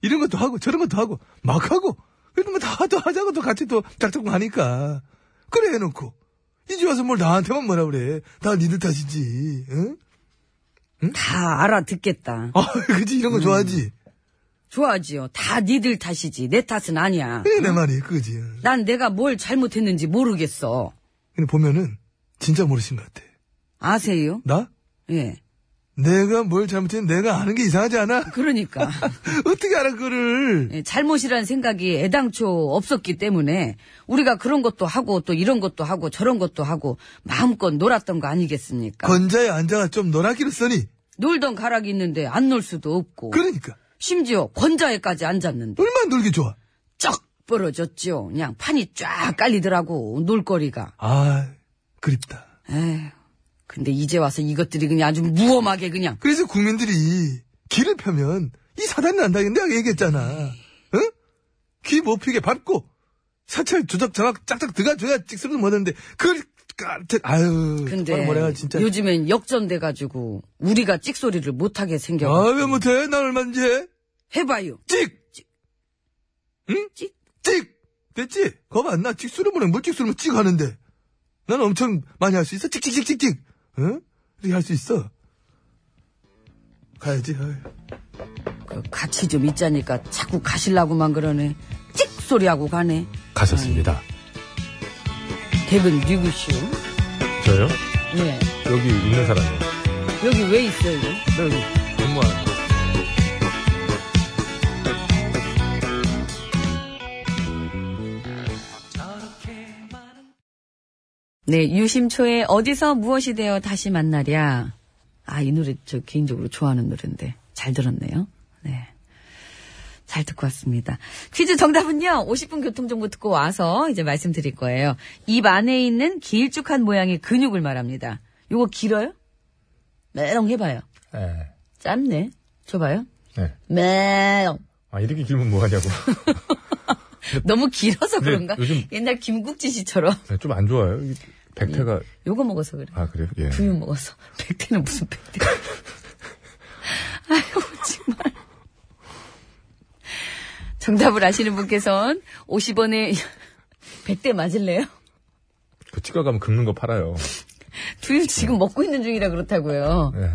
S6: 이런 것도 하고, 저런 것도 하고, 막 하고, 이런 거 다 또 하자고 또 같이 또 작작고 하니까. 그래 해놓고, 이제 와서 뭘 나한테만 뭐라 그래. 다 니들 탓이지, 응?
S2: 다 알아듣겠다.
S6: 아, 그치, 이런 거 좋아하지.
S2: 좋아하지요. 다 니들 탓이지. 내 탓은 아니야.
S6: 그게 내 말이 그거지.
S2: 난 내가 뭘 잘못했는지 모르겠어.
S6: 근데 보면은 진짜 모르신 것 같아.
S2: 아세요?
S6: 나?
S2: 예.
S6: 내가 뭘 잘못했는데 내가 아는 게 이상하지 않아?
S2: 그러니까.
S6: 어떻게 알아 그거를?
S2: 예, 잘못이라는 생각이 애당초 없었기 때문에 우리가 그런 것도 하고 또 이런 것도 하고 저런 것도 하고 마음껏 놀았던 거 아니겠습니까?
S6: 건자에 앉아가 좀 놀아기를 써니.
S2: 놀던 가락이 있는데 안 놀 수도 없고
S6: 그러니까
S2: 심지어 권자에까지 앉았는데
S6: 얼마나 놀기 좋아.
S2: 쩍 벌어졌죠. 그냥 판이 쫙 깔리더라고 놀거리가.
S6: 아 그립다.
S2: 에휴, 근데 이제 와서 이것들이 그냥 아주 무엄하게 그냥
S6: 그래서 국민들이 길을 펴면 이 사단이 난다. 내가 얘기했잖아. 응? 귀 못 피게 밟고 사찰 조작 장악 짝짝 들어가줘야 찍스러도 못하는데 그걸 까- 아유
S2: 근데
S6: 정말 뭐래가 진짜
S2: 요즘엔 역전돼가지고 우리가 찍소리를 못하게 생겨
S6: 아 왜 못해 난 얼마든지 해.
S2: 해봐요
S6: 찍 응?
S2: 찍.
S6: 찍 됐지? 거봐 나 찍수르면 뭘 찍수르면 찍 하는데 난 엄청 많이 할 수 있어 찍찍찍찍찍 응? 이렇게 할 수 있어 가야지 아유.
S2: 그 같이 좀 있자니까 자꾸 가실라고만 그러네 찍소리하고 가네
S1: 가셨습니다.
S2: 댁은 누구시오?
S1: 저요?
S2: 예
S1: 여기 있는 사람이요.
S2: 여기 왜 있어요?
S1: 근무하는
S2: 네 유심초의 어디서 무엇이 되어 다시 만나랴 아 이 노래 저 개인적으로 좋아하는 노래인데 잘 들었네요 네 잘 듣고 왔습니다. 퀴즈 정답은요. 50분 교통정보 듣고 와서 이제 말씀드릴 거예요. 입 안에 있는 길쭉한 모양의 근육을 말합니다. 요거 길어요? 메롱 해봐요.
S1: 예.
S2: 짧네. 줘봐요.
S1: 네.
S2: 메롱.
S1: 아, 이렇게 길면 뭐하냐고.
S2: 너무 길어서
S1: 근데
S2: 그런가?
S1: 네, 요즘-
S2: 옛날 김국진 씨처럼
S1: 네, 좀 안 좋아요. 이 백태가.
S2: 요거 먹어서 그래.
S1: 아, 그래요? 예.
S2: 두유 먹어서. 백태는 무슨 백태. 아이고, 정말. 정답을 아시는 분께선 50원에 100대 맞을래요?
S1: 그 치과 가면 긁는 거 팔아요.
S2: 두유 지금 먹고 있는 중이라 그렇다고요.
S1: 예.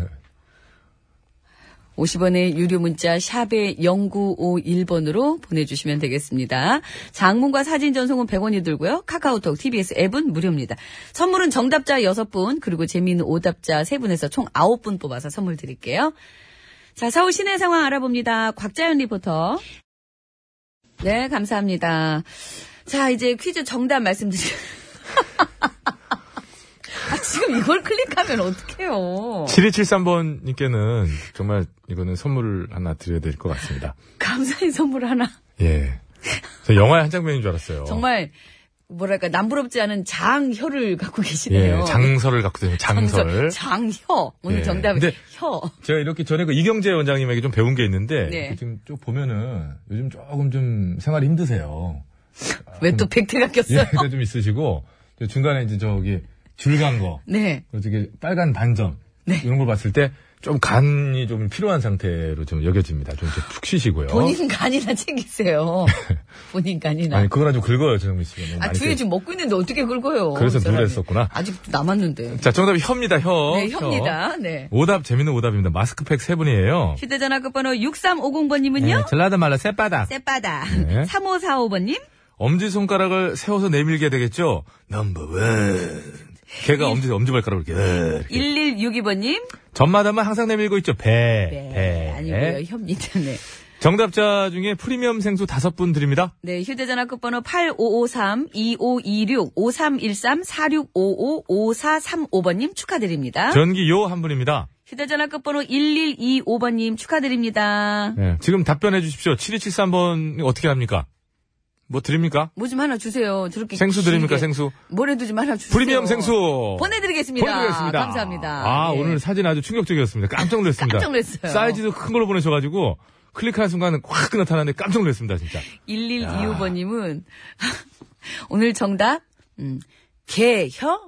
S2: 50원의 유료 문자 샵에 0951번으로 보내주시면 되겠습니다. 장문과 사진 전송은 100원이 들고요. 카카오톡, TBS 앱은 무료입니다. 선물은 정답자 6분 그리고 재미있는 오답자 3분에서 총 9분 뽑아서 선물 드릴게요. 자, 서울 시내 상황 알아봅니다. 곽자연 리포터. 네, 감사합니다. 자, 이제 퀴즈 정답 말씀드릴. 아, 지금 이걸 클릭하면 어떡해요.
S1: 7273번님께는 정말 이거는 선물을 하나 드려야 될 것 같습니다.
S2: 감사의 선물 하나.
S1: 예. 저 영화의 한 장면인 줄 알았어요.
S2: 정말 뭐랄까 남부럽지 않은 장혀를 갖고 계시네요.
S1: 예, 장설을 갖고 다니는 장설.
S2: 장혀 오늘
S1: 예.
S2: 정답이
S1: 근데-
S2: 혀.
S1: 제가 이렇게 전에 그 이경재 원장님에게 좀 배운 게 있는데
S2: 네.
S1: 이렇게 지금 쭉 보면은 요즘 조금 좀 생활이 힘드세요.
S2: 왜 또 백태가 꼈어요?
S1: 음. 예가 좀 있으시고 저 중간에 이제 저기 줄 간 거,
S2: 네.
S1: 어떻게 빨간 반점 이런 걸 봤을 때 좀 간이 좀 필요한 상태로 좀 여겨집니다. 좀 이제 푹 쉬시고요.
S2: 본인 간이나 챙기세요. 본인 간이나.
S1: 어? 아니 그거나 좀 긁어요, 정민 씨가 너무
S2: 아,
S1: 많이
S2: 두개
S1: 긁-
S2: 지금 먹고 있는데 어떻게 긁어요?
S1: 그래서
S2: 이 사람이.
S1: 누랬었구나. 어,
S2: 아직도 남았는데.
S1: 자, 정답이 혀입니다. 혀.
S2: 네, 협니다. 네.
S1: 오답 재밌는 오답입니다. 마스크팩 세 분이에요.
S2: 휴대전화 끝번호 6350번님은요?
S5: 전라도 말로 쌔빠다.
S2: 쌔빠다.
S1: 네.
S2: 3545번님?
S1: 엄지 손가락을 세워서 내밀게 되겠죠. 넘버 원. 걔가 엄지 엄지 발가락을
S2: 네.
S1: 이렇게.
S2: 1162번님? 네,
S1: 전마담은 항상 내밀고 있죠. 배.
S2: 아니고요. 협니다. 네.
S1: 정답자 중에 프리미엄 생수 다섯 분 드립니다.
S2: 네, 휴대전화 끝번호 8553-2526-5313-4655-5435번님 축하드립니다.
S1: 전기요 한 분입니다.
S2: 휴대전화 끝번호 1125번님 축하드립니다.
S1: 네, 지금 답변해 주십시오. 7273번 어떻게 합니까? 뭐 드립니까?
S2: 뭐 좀 하나 주세요. 저렇게.
S1: 생수 드립니까?
S2: 길게.
S1: 생수.
S2: 뭐라도 좀 하나 주세요.
S1: 프리미엄 생수.
S2: 보내드리겠습니다.
S1: 보내드리겠습니다.
S2: 감사합니다.
S1: 아,
S2: 예.
S1: 오늘 사진 아주 충격적이었습니다. 깜짝 놀랐습니다.
S2: 깜짝 놀랐어요.
S1: 사이즈도 큰 걸로 보내셔가지고 클릭하는 순간 확 나타났는데 깜짝 놀랐습니다, 진짜.
S2: 1125번님은 오늘 정답, 음, 개, 혀?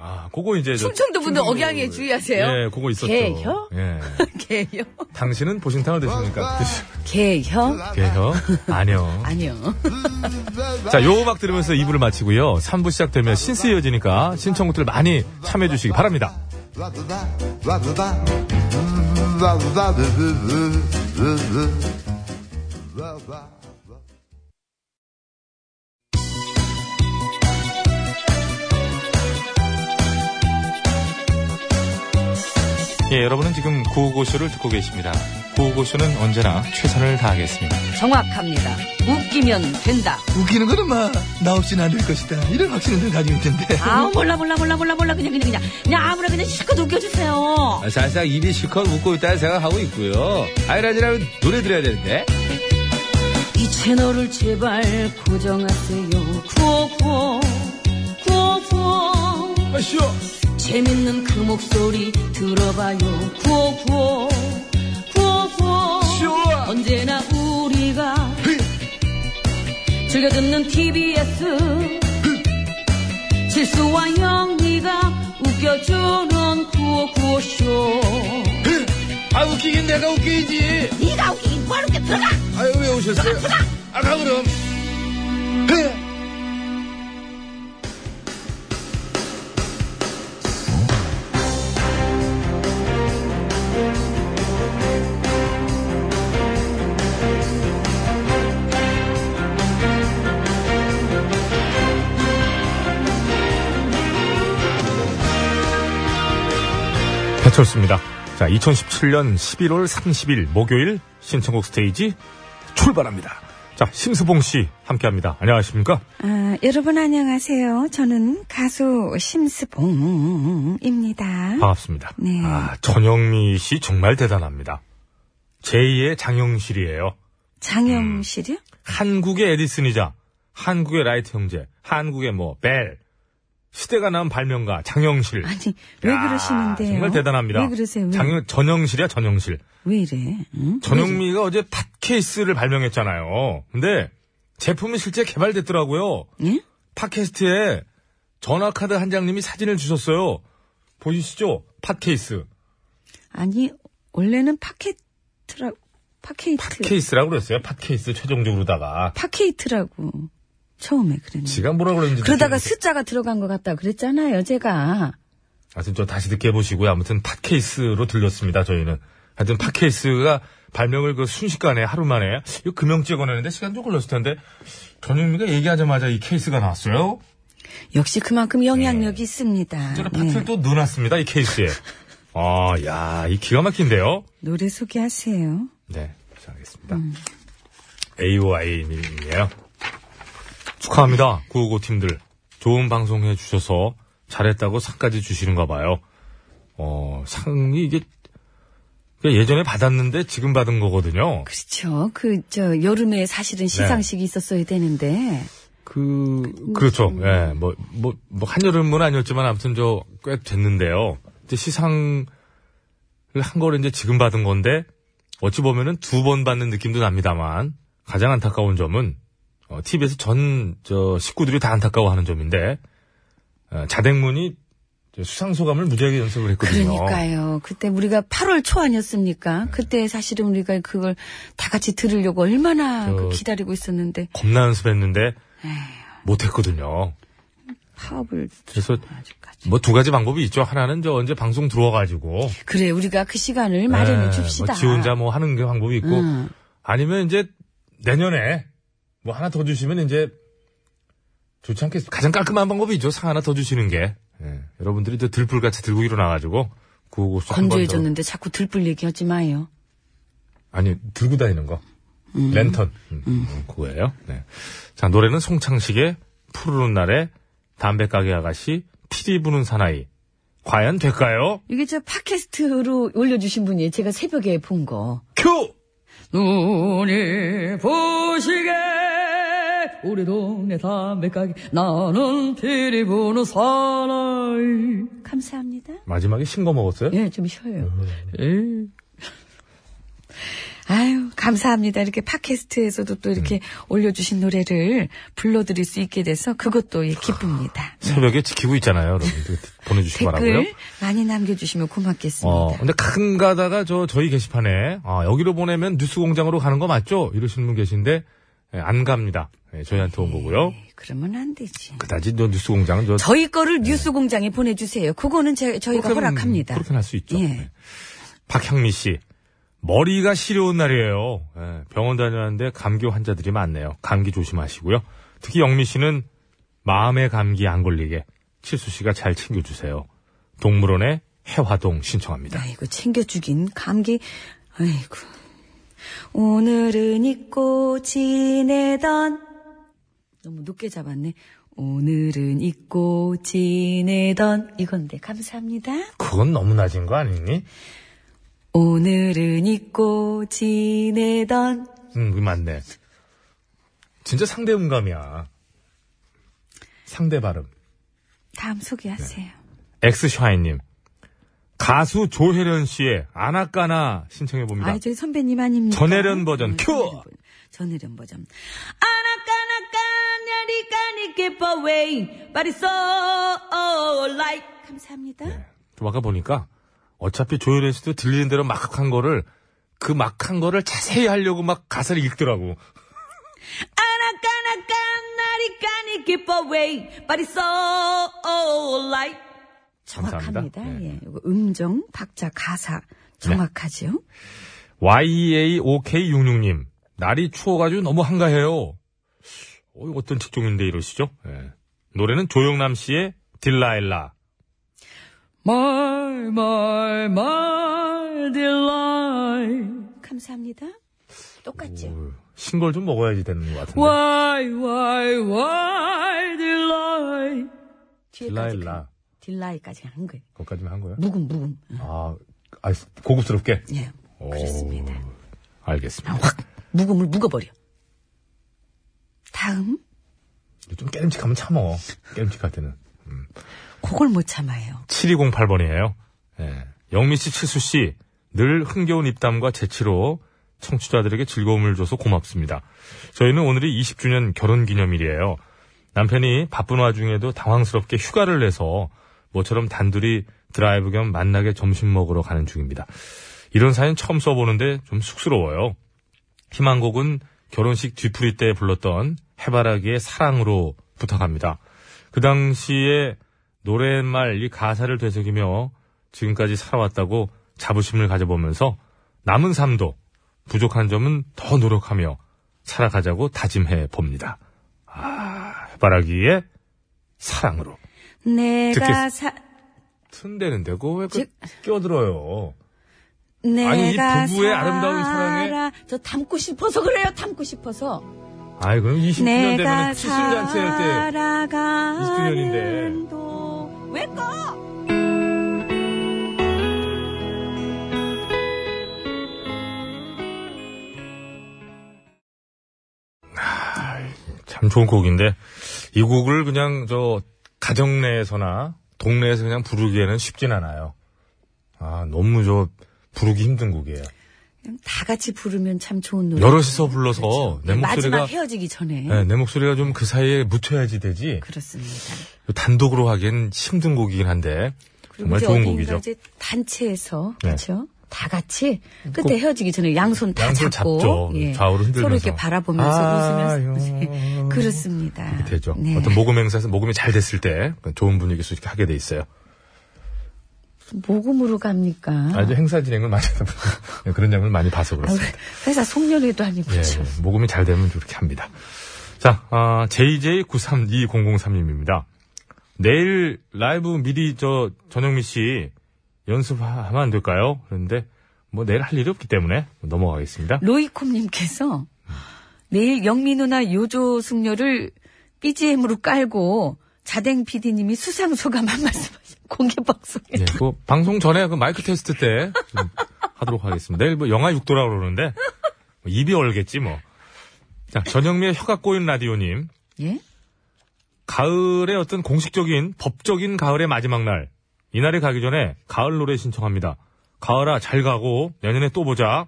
S1: 아, 그거 이제. 저-
S2: 충청도 분들 억양에 주의하세요.
S1: 예, 그거 있었죠.
S2: 개혀?
S1: 예.
S2: 개, 혀?
S1: 당신은 보신탕을 드십니까?
S2: 개, 혀?
S1: 개혀? 아니요.
S2: 아니요.
S1: 자, 요 음악 들으면서 2부를 마치고요. 3부 시작되면 신스 이어지니까 신청곡들 많이 참여해주시기 바랍니다. 예, 여러분은 지금 구호고쇼를 듣고 계십니다. 구호고쇼는 언제나 최선을 다하겠습니다.
S2: 정확합니다. 웃기면 된다.
S6: 웃기는 거는 막 나 없이는 안 될 것이다. 이런 확신을 늘 가지고 있던데.
S2: 아 몰라 몰라 몰라 몰라 몰라 그냥 그냥 그냥 그냥 아무나 그냥 실컷 웃겨주세요.
S5: 아, 사실상 입이 실컷 웃고 있다는 생각하고 있고요. 아이라지라면 노래 들어야 되는데.
S2: 이 채널을 제발 고정하세요. 구호구호 구호구호
S5: 아쇼!
S2: 재밌는 그 목소리 들어봐요. 구호구호 구호구호 언제나 우리가 즐겨 듣는 TBS 실수와 영리가 웃겨주는 구호구호쇼.
S5: 아, 웃기긴 내가 웃기지.
S3: 네가 웃기긴 바로 웃겨 들어가.
S5: 아유, 왜 오셨어요? 아, 가 그럼.
S1: 배철수입니다. 자, 2017년 11월 30일 목요일 신청곡 스테이지 출발합니다. 자, 심수봉 씨 함께합니다. 안녕하십니까?
S3: 아, 여러분 안녕하세요. 저는 가수 심스봉입니다.
S4: 아.
S1: 반갑습니다.
S3: 네.
S1: 아, 전영미 씨 정말 대단합니다. 제2의 장영실이에요.
S3: 장영실이요?
S1: 한국의 에디슨이자 한국의 라이트 형제, 한국의 뭐 벨, 시대가 난 발명가 장영실.
S3: 아니 왜
S1: 야,
S3: 그러시는데요?
S1: 정말 대단합니다.
S3: 왜 그러세요? 왜,
S1: 장영 전영실이야 전영실.
S3: 왜 이래? 응?
S1: 전영미가 어제 팟케이스를 발명했잖아요. 근데 제품이 실제 개발됐더라고요.
S3: 예?
S1: 팟캐스트에 전화카드 한 장님이 사진을 주셨어요. 보이시죠? 팟케이스.
S3: 아니 원래는 파케트라 파케이트
S1: 팟케이스라고 그랬어요. 팟케이스 최종적으로다가.
S3: 파케이트라고 처음에 그랬는데
S1: 지가 뭐라 그랬는지.
S2: 그러다가
S1: 모르겠어요.
S2: 숫자가 들어간 것 같다 그랬잖아요, 제가.
S1: 하여튼 저 아, 다시 듣게 해보시고요. 아무튼 팟케이스로 들렸습니다, 저희는. 하여튼 팟케이스가 발명을 그 순식간에 하루 만에 이거 금형제 권하는데 시간 좀 걸렸을 텐데 전영미가 얘기하자마자 이 케이스가 나왔어요.
S2: 역시 그만큼 영향력이 있습니다.
S1: 저는
S2: 네.
S3: 음.
S1: 팥을 또 넣어놨습니다, 이 케이스에. 아, 야, 이 기가 막힌데요?
S3: 노래 소개하세요.
S1: 네, 시작하겠습니다. AOI님이에요. 축하합니다, 955 팀들. 좋은 방송 해주셔서 잘했다고 상까지 주시는가 봐요. 어, 상이 이게, 그러니까 예전에 받았는데 지금 받은 거거든요.
S2: 그렇죠. 그 저 여름에 사실은
S1: 네.
S2: 시상식이 있었어야 되는데
S1: 그, 그렇죠. 예, 뭐, 뭐, 뭐, 한여름은 아니었지만 아무튼 저, 꽤 됐는데요. 이제 시상을 한 거를 이제 지금 받은 건데, 어찌 보면은 두 번 받는 느낌도 납니다만, 가장 안타까운 점은, 어, TV에서 전, 저, 식구들이 다 안타까워하는 점인데, 어, 자댕문이 저 수상소감을 무지하게 연습을 했거든요.
S2: 그러니까요. 그때 우리가 8월 초 아니었습니까? 그때 사실은 우리가 그걸 다 같이 들으려고 얼마나
S1: 저-
S2: 그 기다리고 있었는데
S1: 겁나 연습했는데, 못했거든요.
S2: 파업을
S1: 그래서
S2: 아직까지.
S1: 뭐 두 가지 방법이 있죠. 하나는 저 언제 방송 들어와가지고,
S2: 그래 우리가 그 시간을 마련해
S1: 예,
S2: 줍시다.
S1: 뭐 지원자 뭐 하는 게 방법이 있고
S2: 음.
S1: 아니면 이제 내년에 뭐 하나 더 주시면 이제 좋지 않겠습니까? 가장 깔끔한 방법이죠. 상 하나 더 주시는 게 예, 여러분들이 또 들불같이 들고 일어나가지고 그거
S2: 건조해졌는데 자꾸 들불 얘기하지 마요.
S1: 아니 들고 다니는 거 랜턴 음, 음, 그거예요. 네. 자 노래는 송창식의 푸르른 날에 담배 가게 아가씨 피리 부는 사나이 과연 될까요?
S2: 이게 저 팟캐스트로 올려주신 분이 제가 새벽에 본 거.
S1: 큐
S2: 눈이 부시게 우리 동네 담배 가게 나는 피리 부는 사나이
S3: 감사합니다.
S1: 마지막에 싱거 먹었어요?
S2: 예, 좀 쉬어요. 예. 아유, 감사합니다. 이렇게 팟캐스트에서도 또 이렇게 올려주신 노래를 불러드릴 수 있게 돼서 그것도 예, 기쁩니다.
S1: 새벽에 지키고 있잖아요, 여러분. 보내주시기 바라고요.
S2: 댓글 많이 남겨주시면 고맙겠습니다.
S1: 어, 근데 가끔 가다가 저, 저희 게시판에, 아, 여기로 보내면 뉴스 공장으로 가는 거 맞죠? 이러시는 분 계신데, 예, 안 갑니다. 예, 저희한테 온 거고요.
S2: 예, 그러면 안 되지.
S1: 그다지 저 뉴스 공장은 저.
S2: 저희 거를 뉴스공장에 보내주세요. 그거는 제- 저희가
S1: 그렇게는-
S2: 허락합니다.
S1: 그렇게는 할 수 있죠.
S2: 예.
S1: 네. 박향미 예. 씨. 머리가 시려운 날이에요. 예, 병원 다녀왔는데 감기 환자들이 많네요. 감기 조심하시고요. 특히 영미 씨는 마음의 감기 안 걸리게 칠수 씨가 잘 챙겨주세요. 동물원의 해화동 신청합니다.
S3: 아이고, 챙겨주긴, 감기, 아이고. 오늘은 잊고 지내던, 너무 높게 잡았네. 오늘은 잊고 지내던, 이건데, 감사합니다.
S1: 그건 너무 낮은 거 아니니?
S3: 오늘은 잊고 지내던,
S1: 응, 그 맞네. 진짜 상대 음감이야. 상대 발음.
S3: 다음
S1: 네,
S3: 소개하세요.
S1: 엑스샤인님. 가수 조혜련 씨의 아나까나 신청해봅니다.
S3: 아니, 저희 선배님
S1: 그러니까
S3: 아닙니까? 음,
S1: 전혜련 버전, 큐!
S3: 전혜련 버전. 아나까나까, 나리까니 기뻐, 웨이, 바리소, 라이. 감사합니다.
S1: 좀 아까 보니까 어차피 조혜련 씨도 들리는 대로 막 한 거를 그 막 한 거를 자세히 하려고 막 가사를 읽더라고.
S3: 아나까나까, 나리까니 기뻐, 웨이, 바리소, 라이. 정확합니다.
S1: 감사합니다. 네.
S3: 예. 요거 음정, 박자, 가사. 정확하지요?
S1: YEAOK66님. 날이 추워가지고 너무 한가해요. 어, 어떤 직종인데 이러시죠? 예. 노래는 조영남 씨의 딜라일라.
S3: My, my, my delight. 감사합니다. 똑같죠?
S1: 오, 그, 신걸 좀 먹어야지 되는 것 같은데.
S3: Why, why, why delight. 뒤에까지 그-
S1: 딜라일라.
S3: 가- 딜라이까지 한 거예요.
S1: 거기까지만 한 거예요?
S3: 묵음, 묵음.
S1: 아, 아, 고급스럽게.
S3: 예. 그렇습니다.
S1: 오, 알겠습니다.
S3: 확, 묵음을 묵어버려. 다음,
S1: 좀 깨름직하면 참어. 깨름직할 때는.
S3: 그걸 못 참아요.
S1: 7208번이에요. 예. 영미 씨, 칠수 씨, 늘 흥겨운 입담과 재치로 청취자들에게 즐거움을 줘서 고맙습니다. 저희는 오늘이 20주년 결혼 기념일이에요. 남편이 바쁜 와중에도 당황스럽게 휴가를 내서 모처럼 단둘이 드라이브 겸 만나게 점심 먹으러 가는 중입니다. 이런 사연 처음 써보는데 좀 쑥스러워요. 희망곡은 결혼식 뒤풀이 때 불렀던 해바라기의 사랑으로 부탁합니다. 그 당시에 노랫말 이 가사를 되새기며 지금까지 살아왔다고 자부심을 가져보면서 남은 삶도 부족한 점은 더 노력하며 살아가자고 다짐해 봅니다. 아, 해바라기의 사랑으로.
S3: 내가
S1: 듣겠-
S3: 사,
S1: 튼대는데 그거 왜 그,
S3: 즉-
S1: 끼어들어요.
S3: 내가
S1: 아니, 이 부부의
S3: 살아-
S1: 아름다운 사랑에-
S3: 저 담고 싶어서 그래요, 담고 싶어서.
S1: 아이 그럼 20년
S3: 내가
S1: 되면 수술잔치 할 때.
S3: 살아가는
S1: 20주년 인데.
S3: 도- 왜 꺼?
S1: 참 좋은 곡인데 이 곡을 그냥 저 가정 내에서나 동네에서 그냥 부르기에는 쉽진 않아요. 아 너무 저 부르기 힘든 곡이에요.
S3: 그냥 다 같이 부르면 참 좋은 노래.
S1: 여럿이서 불러서 내 목소리가
S3: 마지막 헤어지기 전에.
S1: 네, 내 목소리가 좀 그 사이에 묻혀야지 되지
S3: 그렇습니다.
S1: 단독으로 하기엔 힘든 곡이긴 한데 정말
S3: 그리고 이제
S1: 좋은
S3: 어딘가
S1: 곡이죠.
S3: 이제 단체에서
S1: 네. 음,
S3: 그렇죠. 다 같이 끝에 헤어지기 전에 양손 다
S1: 양손
S3: 잡고 예,
S1: 잡죠. 좌우로 흔들면서.
S3: 서로 이렇게 바라보면서
S1: 아,
S3: 웃으면서 네.
S1: 요.
S3: 그렇습니다.
S1: 되죠.
S3: 네.
S1: 어떤 모금 행사에서 모금이 잘 됐을 때 좋은 분위기에서 이렇게 하게 돼 있어요.
S3: 모금으로 갑니까?
S1: 아주 행사 진행을 많이 하다 보니까 그런 장면을 많이 봐서
S3: 아유,
S1: 그렇습니다.
S3: 회사 송년회도 아니고
S1: 예,
S3: 참.
S1: 예. 모금이 잘 되면 그렇게 합니다. 자, 아, JJ932003님입니다. 내일 라이브 미리 저 전영미 씨 연습하면 안 될까요? 그런데 뭐 내일 할 일이 없기 때문에 넘어가겠습니다.
S3: 로이콤님께서 내일 영미 누나 요조 숙녀를 BGM으로 깔고 자댕 PD님이 수상 소감 한 말씀 하시- 공개 방송에
S1: 예, 그 방송 전에 그 마이크 테스트 때좀 하도록 하겠습니다. 내일 뭐 영하 6도라 그러는데 뭐 입이 얼겠지 뭐. 자, 전영미의 혀가 꼬인 라디오님.
S3: 예?
S1: 가을의 어떤 공식적인 법적인 가을의 마지막 날 이날이 가기 전에 가을 노래 신청합니다. 가을아 잘 가고 내년에 또 보자.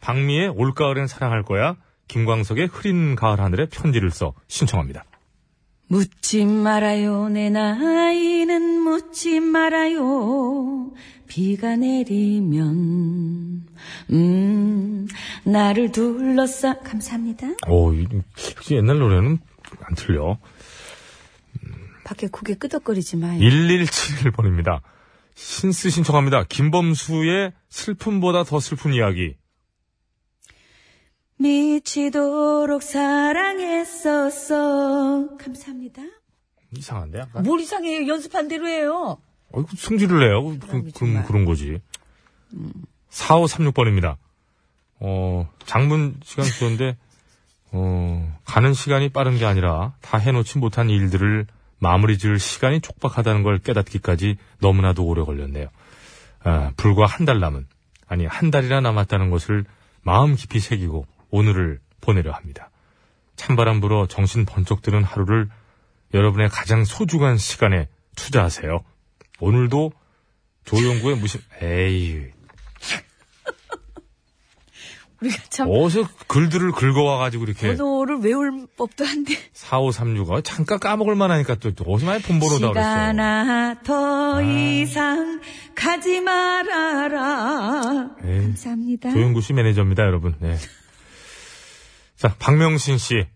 S1: 박미의 올가을엔 사랑할 거야. 김광석의 흐린 가을 하늘에 편지를 써 신청합니다.
S3: 묻지 말아요 내 나이는 묻지 말아요 비가 내리면 음 나를 둘러싸 감사합니다
S1: 오, 이- 역시 옛날 노래는 안 틀려.
S3: 밖에 고개 끄덕거리지
S1: 예.
S3: 마요
S1: 1171번입니다. 신스 신청합니다. 김범수의 슬픔보다 더 슬픈 이야기.
S3: 미치도록 사랑했었어. 감사합니다.
S1: 이상한데 약간.
S2: 뭘 이상해요. 연습한 대로 해요.
S1: 어이 승질을 내요. 음. 그, 그럼
S2: 정말.
S1: 그런 거지. 4536번입니다. 어, 장문 시간 주었는데, 어, 가는 시간이 빠른 게 아니라 다 해놓지 못한 일들을 마무리 지을 시간이 촉박하다는 걸 깨닫기까지 너무나도 오래 걸렸네요. 아, 불과 한 달 남은, 아니, 한 달이나 남았다는 것을 마음 깊이 새기고 오늘을 보내려 합니다. 찬바람 불어 정신 번쩍 드는 하루를 여러분의 가장 소중한 시간에 투자하세요. 오늘도 조용구의 무심, 에이,
S2: 우리가 참
S1: 어디서 예. 글들을 긁어와가지고 이렇게
S2: 번호를 외울 법도 한데.
S1: 4536가 잠깐 까먹을 만하니까 또, 또 어디서 많이 본보로다 그랬어.
S3: 시간아 더 이상 가지 말아라.
S1: 에이,
S3: 감사합니다.
S1: 네, 조용구 씨 매니저입니다, 여러분. 네. 자, 박명신 씨.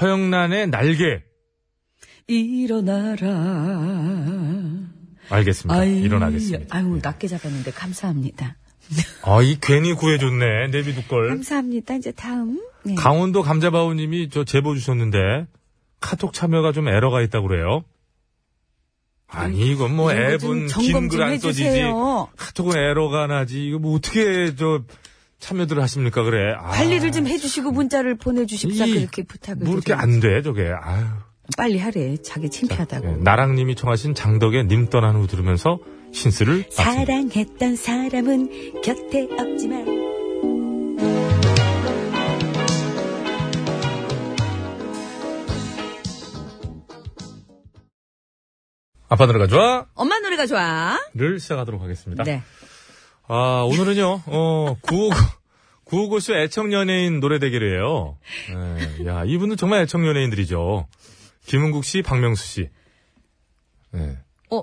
S1: 허영란의 날개.
S2: 일어나라.
S1: 알겠습니다. 일어나겠습니다. 네.
S2: 아유, 낮게 잡았는데 감사합니다.
S1: 아, 이 괜히 구해줬네. 내비둘걸.
S3: 감사합니다. 이제 다음. 네.
S1: 강원도 감자바오님이 저 제보 주셨는데 카톡 참여가 좀 에러가 있다고 그래요. 아니 이건 뭐
S2: 음. 이런 거좀
S1: 앱은 긴
S2: 점검
S1: 글
S2: 좀
S1: 안 써지지
S2: 해주세요.
S1: 카톡은 에러가 나지 이거 뭐 어떻게 저 참여들을 하십니까 그래. 아,
S2: 관리를 좀 해주시고 문자를 보내주십사
S1: 이-
S2: 그렇게 부탁을
S1: 뭐 이렇게
S2: 드려요.
S1: 안 돼 저게. 아유.
S2: 빨리 하래 자기 창피하다고
S1: 예, 나랑님이 청하신 장덕의 님 떠난 후 들으면서 신스를 마칩니다.
S3: 사랑했던 사람은 곁에 없지만
S1: 아빠 노래가 좋아?
S2: 엄마 노래가 좋아
S1: 를 시작하도록 하겠습니다.
S2: 네
S1: 아 오늘은요 어 959, 959쇼 애청 연예인 노래 대결이에요. 예, 야 이분들 정말 애청 연예인들이죠. 김은국 씨, 박명수 씨. 예.
S2: 어,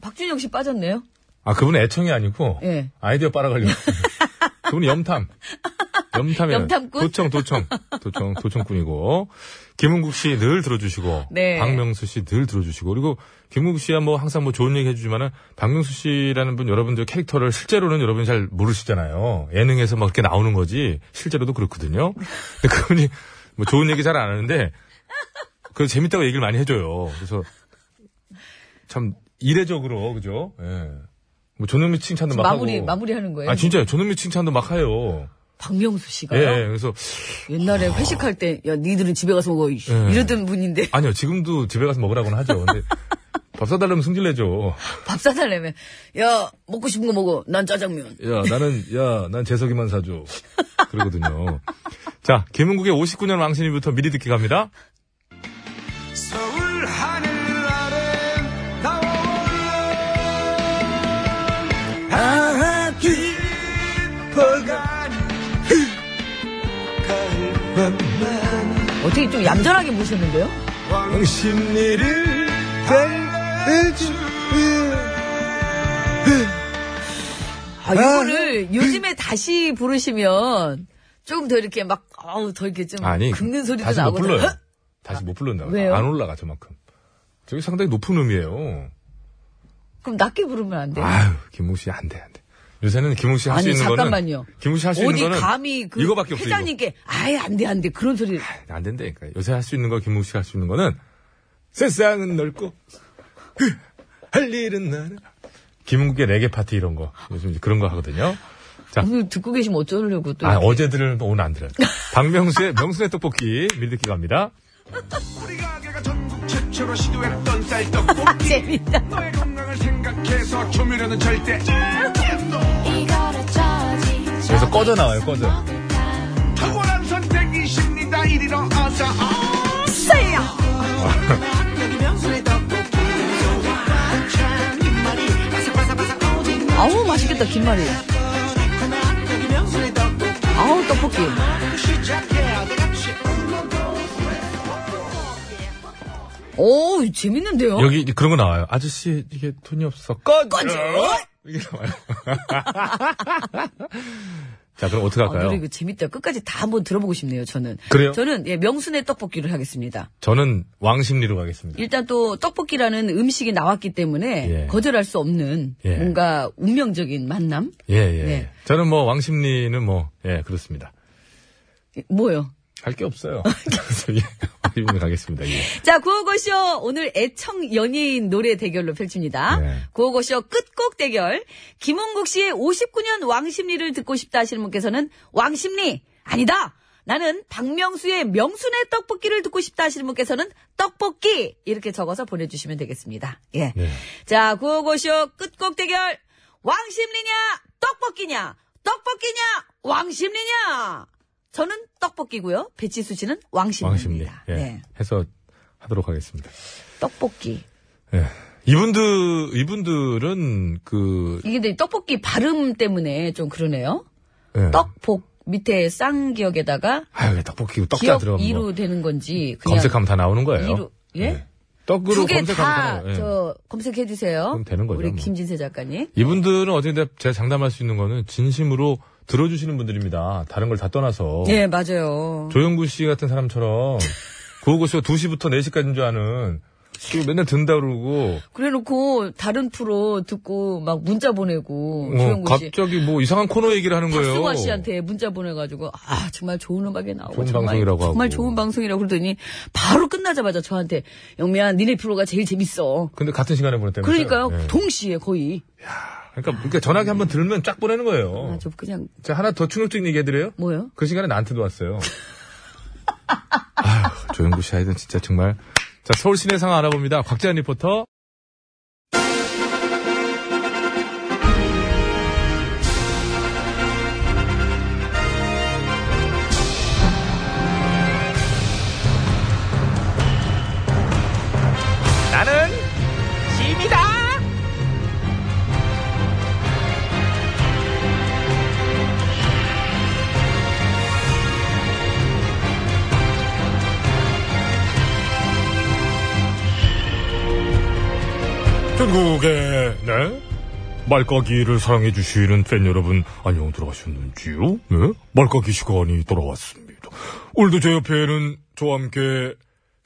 S2: 박준영 씨 빠졌네요
S1: 아 그분은 애청이 아니고
S2: 예.
S1: 아이디어 빨아가려고. 그분은 염탐. 염탐이
S2: 염탐꾼?
S1: 도청 도청 도청 도청꾼이고 김은국 씨 늘 들어주시고
S2: 네.
S1: 박명수 씨 늘 들어주시고 그리고 김은국 씨야 뭐 항상 뭐 좋은 얘기 해주지만은 박명수 씨라는 분 여러분들 캐릭터를 실제로는 여러분이 잘 모르시잖아요 예능에서 막 이렇게 나오는 거지 실제로도 그렇거든요 근데 그분이 뭐 좋은 얘기 잘 안 하는데 그 재밌다고 얘기를 많이 해줘요 그래서 참 이례적으로 그죠 예뭐 전현미 칭찬도 막
S2: 마무리
S1: 하고
S2: 마무리하는 거예요
S1: 아 진짜요. 조놈미 칭찬도 막 해요.
S2: 박명수
S1: 예,
S2: 씨가요
S1: 예, 그래서
S2: 옛날에 회식할 때 야 니들은 집에 가서 먹어 이씨,
S1: 예.
S2: 이러던 분인데
S1: 아니요 지금도 집에 가서 먹으라고는 하죠. 근데 밥 사달라면 승질내죠.
S2: 밥 사달라며 야 먹고 싶은 거 먹어 난 짜장면
S1: 야 나는 야난 재석이만 사줘. 그러거든요. 자 김은국의 59년 왕신이부터 미리 듣기 갑니다.
S4: 서울 하늘 아래 나오는 아기 벌가니 가을밤만
S2: 어떻게 좀 얌전하게 모셨는데요
S4: 왕십리를 달래주
S2: 아 이거를
S1: 네.
S2: 요즘에 다시 부르시면 조금 더 이렇게 막 어우 더 이렇게 좀
S1: 아니
S2: 긁는 소리도
S1: 다시 못
S2: 나고
S1: 불러요. 다시 못 불른다.
S2: 왜요?
S1: 안 올라가 저만큼. 저기 상당히 높은 음이에요.
S2: 그럼 낮게 부르면 안 돼요
S1: 아유 김웅 씨 안 돼, 안 돼. 요새는 김웅 씨 할 수
S2: 네. 아니,
S1: 있는
S2: 잠깐만요.
S1: 거는 김웅 씨 할 수 있는
S2: 어디
S1: 거는
S2: 감히 그
S1: 이거밖에 없어. 이거.
S2: 회장님께 아예 안 돼 안 돼 그런 소리 를
S1: 안 된다니까. 요새 할 수 있는 거, 김웅 씨가 할 수 있는 거는, 세상은 넓고, 그, 할 일은 나는. 김웅국의 레게 파티 이런 거. 요즘 이제 그런 거 하거든요. 자,
S2: 오늘 듣고 계시면 어쩌려고 또
S1: 아, 어제 들으면 또 오늘 안 들어요. 박명수의 명순의 떡볶이 밀드키 갑니다.
S4: 우리 가게가 전국 최초로 시도했던 쌀떡 볶이
S2: 재밌다
S4: 너의 건강을 생각해서 조미료는 절대
S1: 여기서 꺼져 나와요, 꺼져.
S2: 어?
S4: 탁월한 선택이십니다 이리로 어서
S2: 아우 맛있겠다 김말이 아우 떡볶이 오 재밌는데요
S1: 여기 이제 그런 거 나와요. 아저씨, 이게 돈이 없어. 꺼져! 이게 나와요. 자, 그럼
S2: 아,
S1: 어떡할까요?
S2: 노래 이거 재밌다 끝까지 다 한번 들어보고 싶네요 저는
S1: 그래요?
S2: 저는 예, 명순의 떡볶이를 하겠습니다
S1: 저는 왕심리로 가겠습니다.
S2: 일단 또 떡볶이라는 음식이 나왔기 때문에
S1: 예.
S2: 거절할 수 없는
S1: 예.
S2: 뭔가 운명적인 만남
S1: 예, 예.
S2: 네.
S1: 저는 뭐 왕심리는 뭐, 예, 그렇습니다.
S2: 뭐요?
S1: 할 게 없어요. 그래서 예, 어디로 가겠습니다. 예.
S2: 자, 구호고쇼 오늘 애청 연예인 노래 대결로 펼칩니다.
S1: 네.
S2: 구호고쇼 끝곡 대결. 김홍국 씨의 59년 왕심리를 듣고 싶다 하시는 분께서는 왕심리 아니다. 나는 박명수의 명순의 떡볶이를 듣고 싶다 하시는 분께서는 떡볶이 이렇게 적어서 보내주시면 되겠습니다. 예.
S1: 네.
S2: 자, 구호고쇼 끝곡 대결. 왕심리냐 떡볶이냐 떡볶이냐 왕심리냐. 저는 떡볶이고요. 배치수 씨는
S1: 왕심리.
S2: 왕심리입니다.
S1: 예.
S2: 네.
S1: 해서 하도록 하겠습니다.
S2: 떡볶이.
S1: 예. 이분들, 이분들은 그,
S2: 이게 근데 떡볶이 발음 때문에 좀 그러네요.
S1: 예.
S2: 떡복 밑에 쌍기역에다가
S1: 아유, 왜 떡볶이, 떡자
S2: 기역
S1: 들어가면.
S2: 이로
S1: 뭐
S2: 되는 건지 그냥
S1: 검색하면 다 나오는 거예요.
S2: 이로 예?
S1: 떡으로
S2: 두 개
S1: 검색하면
S2: 다
S1: 되나요? 예.
S2: 저 검색해 주세요.
S1: 그럼 되는 거죠,
S2: 우리
S1: 뭐.
S2: 김진세 작가님.
S1: 이분들은 어쨌든 제가 장담할 수 있는 거는 진심으로 들어주시는 분들입니다. 다른 걸 다 떠나서.
S2: 예, 맞아요.
S1: 조영구 씨 같은 사람처럼 구호고쇼 2시부터 4시까지인 줄 아는 그 맨날 든다 그러고
S2: 그래 놓고 다른 프로 듣고 막 문자 보내고
S1: 어,
S2: 조영구 씨
S1: 갑자기 뭐 이상한 코너 얘기를 하는 거예요.
S2: 박승화 씨한테 문자 보내가지고 아 정말 좋은 음악이 나오고
S1: 좋은
S2: 정말,
S1: 방송이라고 하고.
S2: 정말 좋은 방송이라고 그러더니 바로 끝나자마자 저한테 영미야 니네 프로가 제일 재밌어
S1: 근데 같은 시간에 보냈다면서요.
S2: 그러니까요
S1: 예.
S2: 동시에 거의
S1: 그러니까, 그러니까 전화기 한번 들면 쫙 보내는 거예요.
S2: 아 저 그냥
S1: 제가 하나 더 충격적인 얘기 해드려요?
S2: 뭐요?
S1: 그 시간에 나한테도 왔어요. 아휴, 조영구 씨 아이들 진짜 정말. 자, 서울 시내 상황 알아봅니다. 곽재현 리포터.
S5: 나는 짐이다.
S1: 전국의 네 말까기를 사랑해 주시는 팬 여러분 안녕 들어가셨는지요? 네 말까기 시간이 돌아왔습니다. 오늘도 제 옆에는 저와 함께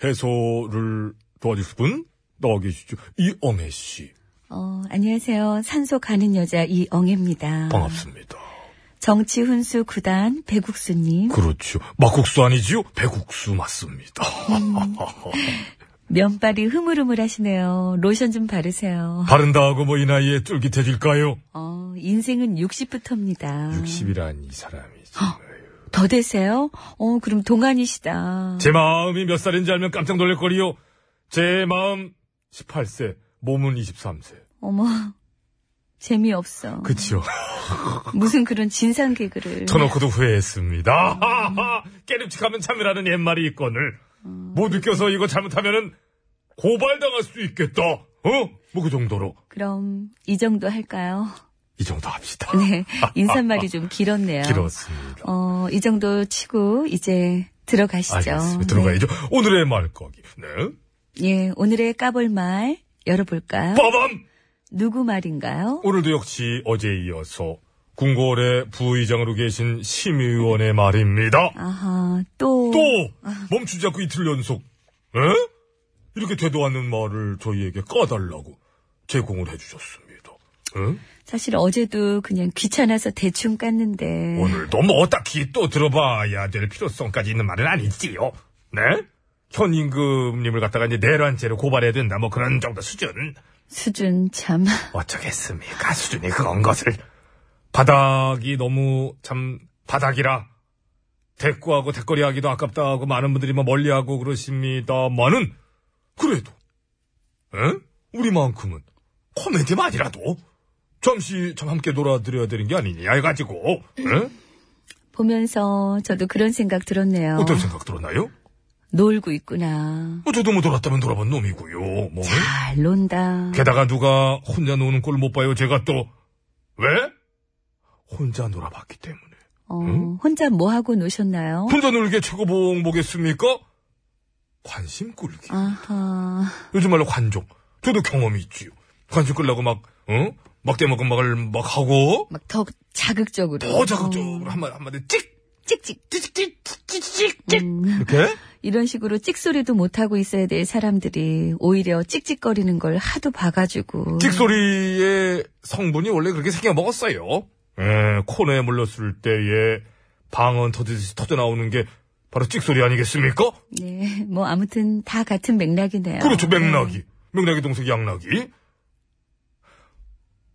S1: 해설을 도와주실 분 나와 계시죠? 이엉애 씨
S3: 어, 안녕하세요. 산소 가는 여자 이엉입니다.
S1: 반갑습니다.
S3: 정치 훈수 구단 배국수님,
S1: 그렇죠. 막국수 아니지요? 배국수 맞습니다.
S3: 음. 면발이 흐물흐물하시네요. 로션 좀 바르세요.
S1: 바른다 하고 뭐 이 나이에 쫄깃해질까요?
S3: 어, 인생은 60부터입니다.
S1: 60이란 이 사람이 정말.
S3: 더 되세요? 어, 그럼 동안이시다.
S1: 제 마음이 몇 살인지 알면 깜짝 놀랄 거리요. 제 마음 18세, 몸은 23세.
S3: 어머, 재미없어.
S1: 그치요.
S3: 음. 무슨 그런 진상 개그를.
S1: 쳐놓고도 후회했습니다.
S3: 음.
S1: 깨름칙하면 참이라는 옛말이 있거늘. 못 느껴서 이거 잘못하면은 고발당할 수도 있겠다. 어? 뭐 그 정도로.
S3: 그럼 이 정도 할까요?
S1: 이 정도 합시다.
S3: 네, 인사말이 좀 길었네요.
S1: 길었습니다.
S3: 어, 이 정도 치고 이제 들어가시죠.
S1: 알겠습니다. 들어가야죠. 오늘의 말거기. 네.
S3: 네. 예, 오늘의 까볼 말 열어볼까요?
S1: 빠밤!
S3: 누구
S1: 뭐?
S3: 말인가요?
S1: 오늘도 역시 어제에 이어서 궁궐의 부의장으로 계신 심의원의 말입니다.
S3: 아하, 또.
S1: 또 멈추지 않고 이틀 연속 에? 이렇게 되도 않는 말을 저희에게 까달라고 제공을 해주셨습니다. 응?
S3: 사실 어제도 그냥 귀찮아서 대충 깠는데.
S1: 오늘도 뭐 딱히 또 들어봐야 될 필요성까지 있는 말은 아니지요. 네? 현임금님을 갖다가 이제 내란죄로 고발해야 된다 뭐 그런 정도 수준
S3: 수준 참.
S1: 어쩌겠습니까 수준이 그건 것을 바닥이 너무 참 바닥이라 대꾸하고 대거리하기도 아깝다 하고 많은 분들이 뭐 멀리하고 그러십니다만은 그래도 에? 우리만큼은 코미디만이라도 잠시 참 함께 놀아드려야 되는 게 아니냐 해가지고 에?
S3: 보면서 저도 그런 생각 들었네요.
S1: 어떤 생각 들었나요?
S3: 놀고 있구나.
S1: 뭐 저도 뭐 놀았다면 놀아본 놈이고요 뭐
S3: 잘 논다.
S1: 게다가 누가 혼자 노는 꼴 못 봐요 제가 또 왜? 혼자 놀아봤기 때문에
S3: 어, 혼자 뭐 하고 노셨나요?
S1: 혼자 놀게 최고봉 뭐겠습니까? 관심 끌기.
S3: 아하.
S1: 요즘 말로 관종. 저도 경험이 있지요. 관심 끌라고 막, 어? 막대먹은 막을 막 하고,
S3: 막 더 자극적으로.
S1: 더 자극적으로 한마디, 한마디 찍!
S3: 찍찍.
S1: 찍찍찍찍찍찍!
S3: 음,
S1: 이렇게?
S3: 이런 식으로 찍소리도 못하고 있어야 될 사람들이 오히려 찍찍거리는 걸 하도 봐가지고.
S1: 찍소리의 성분이 원래 그렇게 생겨먹었어요. 예, 코너에 물렀을 때의 방언 터지듯이 터져나오는 게 바로 찍소리 아니겠습니까?
S3: 네, 뭐 아무튼 다 같은 예. 맥락이네요.
S1: 그렇죠, 맥락이. 맥락의 동생 양락이.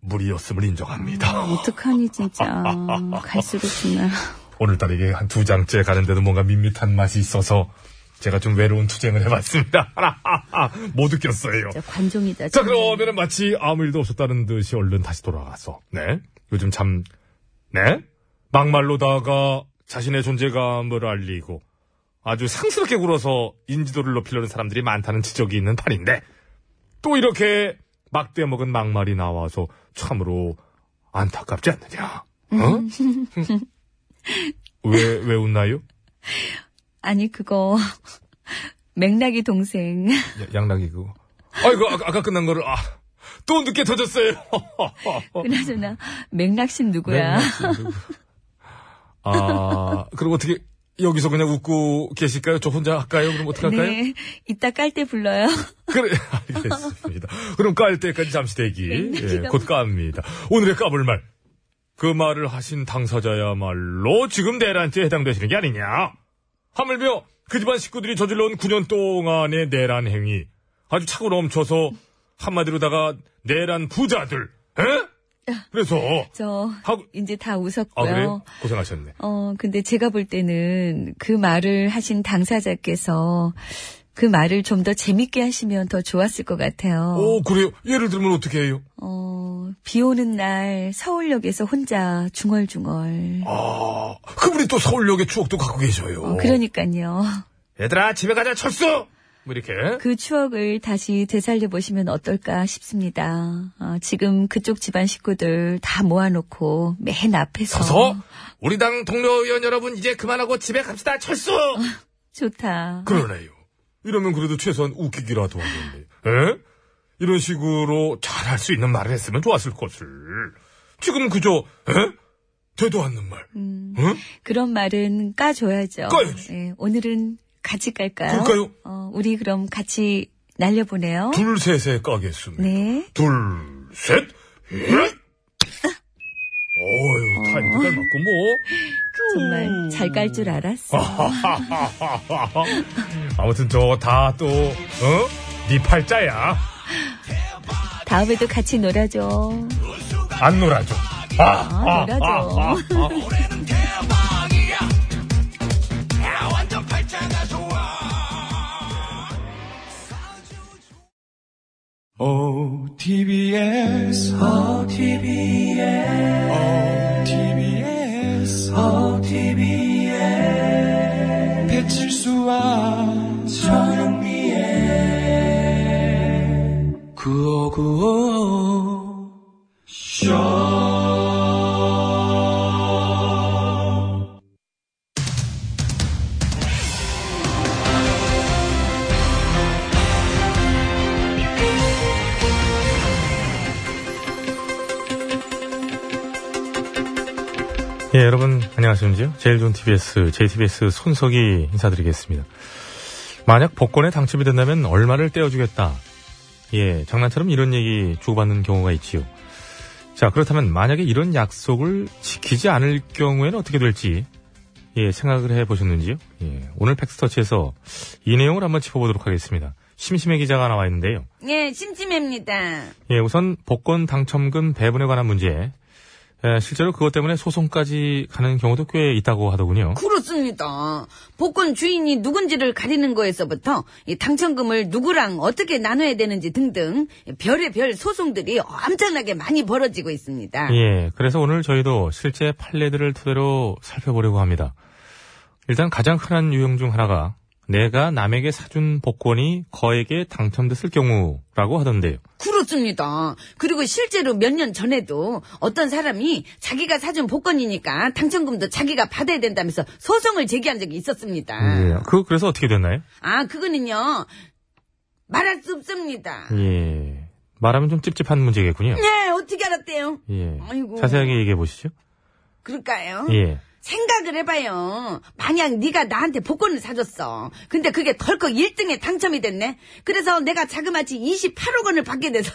S1: 무리였음을 인정합니다.
S3: 아, 어떡하니 진짜 갈수록 정말
S1: 오늘따라 이게 한 두 장째 가는데도 뭔가 밋밋한 맛이 있어서 제가 좀 외로운 투쟁을 해봤습니다. 못 웃겼어요.
S3: 진짜
S1: 자,
S3: 관종이다. 정말.
S1: 그러면은 마치 아무 일도 없었다는 듯이 얼른 다시 돌아가서, 네. 요즘 참, 네. 막말로다가 자신의 존재감을 알리고 아주 상스럽게 굴어서 인지도를 높이려는 사람들이 많다는 지적이 있는 판인데, 또 이렇게 막대 먹은 막말이 나와서 참으로 안타깝지 않느냐. 어? 왜, 왜 웃나요?
S3: 아니 그거 맥락이 동생
S1: 양락이 그거. 아이고, 아까, 아까 끝난 거를, 아, 또 늦게 터졌어요.
S3: 그나저나 맥락신 누구야?
S1: 네, 아, 그럼 어떻게, 여기서 그냥 웃고 계실까요? 저 혼자 할까요? 그럼 어떻게 할까요?
S3: 네, 이따 깔 때 불러요.
S1: 그래, 알겠습니다. 그럼 깔 때까지 잠시
S3: 네,
S1: 대기. 예, 곧 깝니다. 오늘의 까불 말. 그 말을 하신 당사자야말로 지금 내란죄에 해당되시는 게 아니냐. 하물며 그 집안 식구들이 저질러온 9년 동안의 내란 행위. 아주 차고 넘쳐서 한마디로다가 내란 부자들. 에? 그래서
S3: 저
S1: 하고
S3: 이제 다
S1: 아
S3: 웃었고요.
S1: 그래요? 고생하셨네.
S3: 어, 근데 제가 볼 때는 그 말을 하신 당사자께서 그 말을 좀 더 재밌게 하시면 더 좋았을 것 같아요.
S1: 오 그래요? 예를 들면 어떻게 해요?
S3: 어, 비 오는 날 서울역에서 혼자 중얼중얼.
S1: 아, 그분이 또 서울역의 추억도 갖고 계셔요.
S3: 어, 그러니까요.
S1: 얘들아, 집에 가자, 철수! 뭐 이렇게.
S3: 그 추억을 다시 되살려보시면 어떨까 싶습니다. 어, 지금 그쪽 집안 식구들 다 모아놓고 맨 앞에서.
S1: 서서, 우리 당 동료 의원 여러분, 이제 그만하고 집에 갑시다, 철수!
S3: 좋다.
S1: 그러네요. 이러면 그래도 최소한 웃기기라도 하는데. 에? 이런 식으로 잘할 수 있는 말을 했으면 좋았을 것을. 지금 그저, 에? 되도 않는 말.
S3: 음,
S1: 응?
S3: 그런 말은 까줘야죠.
S1: 까야지.
S3: 예, 오늘은 같이 깔까요?
S1: 그. 그럴까요?
S3: 어, 우리 그럼 같이 날려보내요.
S1: 둘, 셋에 까겠습니다.
S3: 네.
S1: 둘, 셋, 넷! 어휴, 타이밍 잘 맞고 뭐.
S3: 정말 잘 깔 줄 알았어.
S1: 아. 아무튼 저 다 또 어? 네 팔자야
S3: 다음에도 같이 놀아줘.
S1: 안 놀아줘. 아, 아,
S3: 놀아줘.
S1: 아, 아, 아.
S4: OTBS, OTBS, OTBS, OTBS, 배칠수와 저녁미에 구호구호
S1: 예, 여러분 안녕하십니까? 제일 좋은 TBS, JTBS 손석희 인사드리겠습니다. 만약 복권에 당첨이 된다면 얼마를 떼어주겠다. 예, 장난처럼 이런 얘기 주고받는 경우가 있지요. 자, 그렇다면 만약에 이런 약속을 지키지 않을 경우에는 어떻게 될지 예, 생각을 해보셨는지요? 예, 오늘 팩스터치에서 이 내용을 한번 짚어보도록 하겠습니다. 심심해 기자가 나와 있는데요.
S2: 예, 심심합니다.
S1: 예, 우선 복권 당첨금 배분에 관한 문제. 예, 실제로 그것 때문에 소송까지 가는 경우도 꽤 있다고 하더군요.
S2: 그렇습니다. 복권 주인이 누군지를 가리는 거에서부터 이 당첨금을 누구랑 어떻게 나눠야 되는지 등등 별의별 소송들이 엄청나게 많이 벌어지고 있습니다.
S1: 예, 그래서 오늘 저희도 실제 판례들을 토대로 살펴보려고 합니다. 일단 가장 흔한 유형 중 하나가 내가 남에게 사준 복권이 거에게 당첨됐을 경우라고 하던데요.
S2: 그렇습니다. 그리고 실제로 몇 년 전에도 어떤 사람이 자기가 사준 복권이니까 당첨금도 자기가 받아야 된다면서 소송을 제기한 적이 있었습니다.
S1: 예, 그, 그래서 어떻게 됐나요?
S2: 아, 그거는요. 말할 수 없습니다.
S1: 예, 말하면 좀 찝찝한 문제겠군요.
S2: 네, 어떻게 알았대요?
S1: 예,
S2: 아이고.
S1: 자세하게 얘기해 보시죠.
S2: 그럴까요?
S1: 예,
S2: 생각을 해봐요. 만약 네가 나한테 복권을 사줬어. 근데 그게 덜컥 1등에 당첨이 됐네. 그래서 내가 자그마치 28억 원을 받게 돼서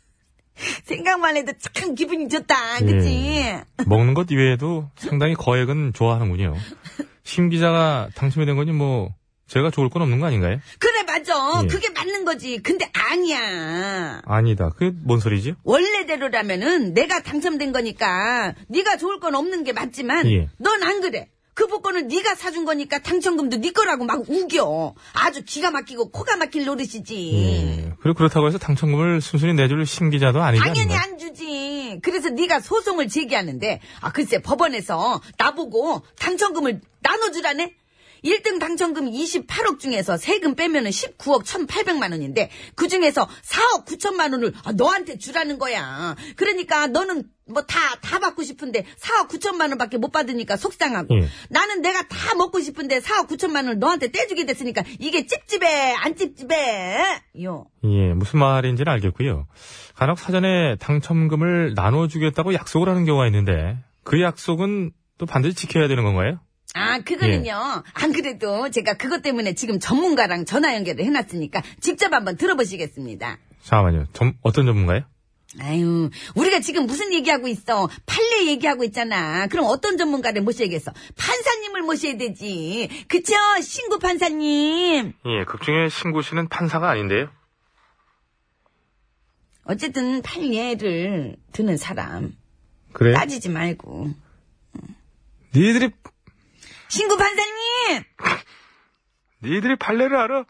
S2: 생각만 해도 착한 기분이 좋다.
S1: 예.
S2: 그치?
S1: 먹는 것 이외에도 상당히 거액은 좋아하는군요. 심 기자가 당첨이 된 거니 뭐 제가 좋을 건 없는 거 아닌가요?
S2: 그래, 맞아.
S1: 예.
S2: 그게 맞는 거지. 근데 아니야.
S1: 아니다. 그게 뭔 소리지?
S2: 원래대로라면은 내가 당첨된 거니까 네가 좋을 건 없는 게 맞지만
S1: 예.
S2: 넌 안 그래. 그 복권은 네가 사준 거니까 당첨금도 네 거라고 막 우겨. 아주 기가 막히고 코가 막힐 노릇이지.
S1: 예. 그리고 그렇다고 해서 당첨금을 순순히 내줄 심 기자도 아니지
S2: 당연히
S1: 않나?
S2: 안 주지. 그래서 네가 소송을 제기하는데 아 글쎄 법원에서 나보고 당첨금을 나눠주라네. 1등 당첨금 28억 중에서 세금 빼면은 19억 1,800만 원인데 그 중에서 4억 9천만 원을 아, 너한테 주라는 거야. 그러니까 너는 뭐 다 다 받고 싶은데 4억 9천만 원밖에 못 받으니까 속상하고
S1: 예.
S2: 나는 내가 다 먹고 싶은데 4억 9천만 원을 너한테 떼주게 됐으니까 이게 찝찝해 안 찝찝해 요.
S1: 예, 무슨 말인지는 알겠고요. 간혹 사전에 당첨금을 나눠주겠다고 약속을 하는 경우가 있는데 그 약속은 또 반드시 지켜야 되는 건가요?
S2: 아, 그거는요. 안 그래도 제가 그것 때문에 지금 전문가랑 전화 연결을 해놨으니까 직접 한번 들어보시겠습니다.
S1: 잠깐만요. 점- 어떤 전문가요?
S2: 아유, 우리가 지금 무슨 얘기하고 있어? 판례 얘기하고 있잖아. 그럼 어떤 전문가를 모셔야겠어? 판사님을 모셔야 되지. 그쵸? 신구 판사님.
S1: 예, 극중에 신구 씨는 판사가 아닌데요.
S2: 어쨌든 판례를 드는 사람.
S1: 그래요?
S2: 따지지 말고.
S1: 니들이
S2: 신구 판사님!
S1: 니들이 판례를 알아?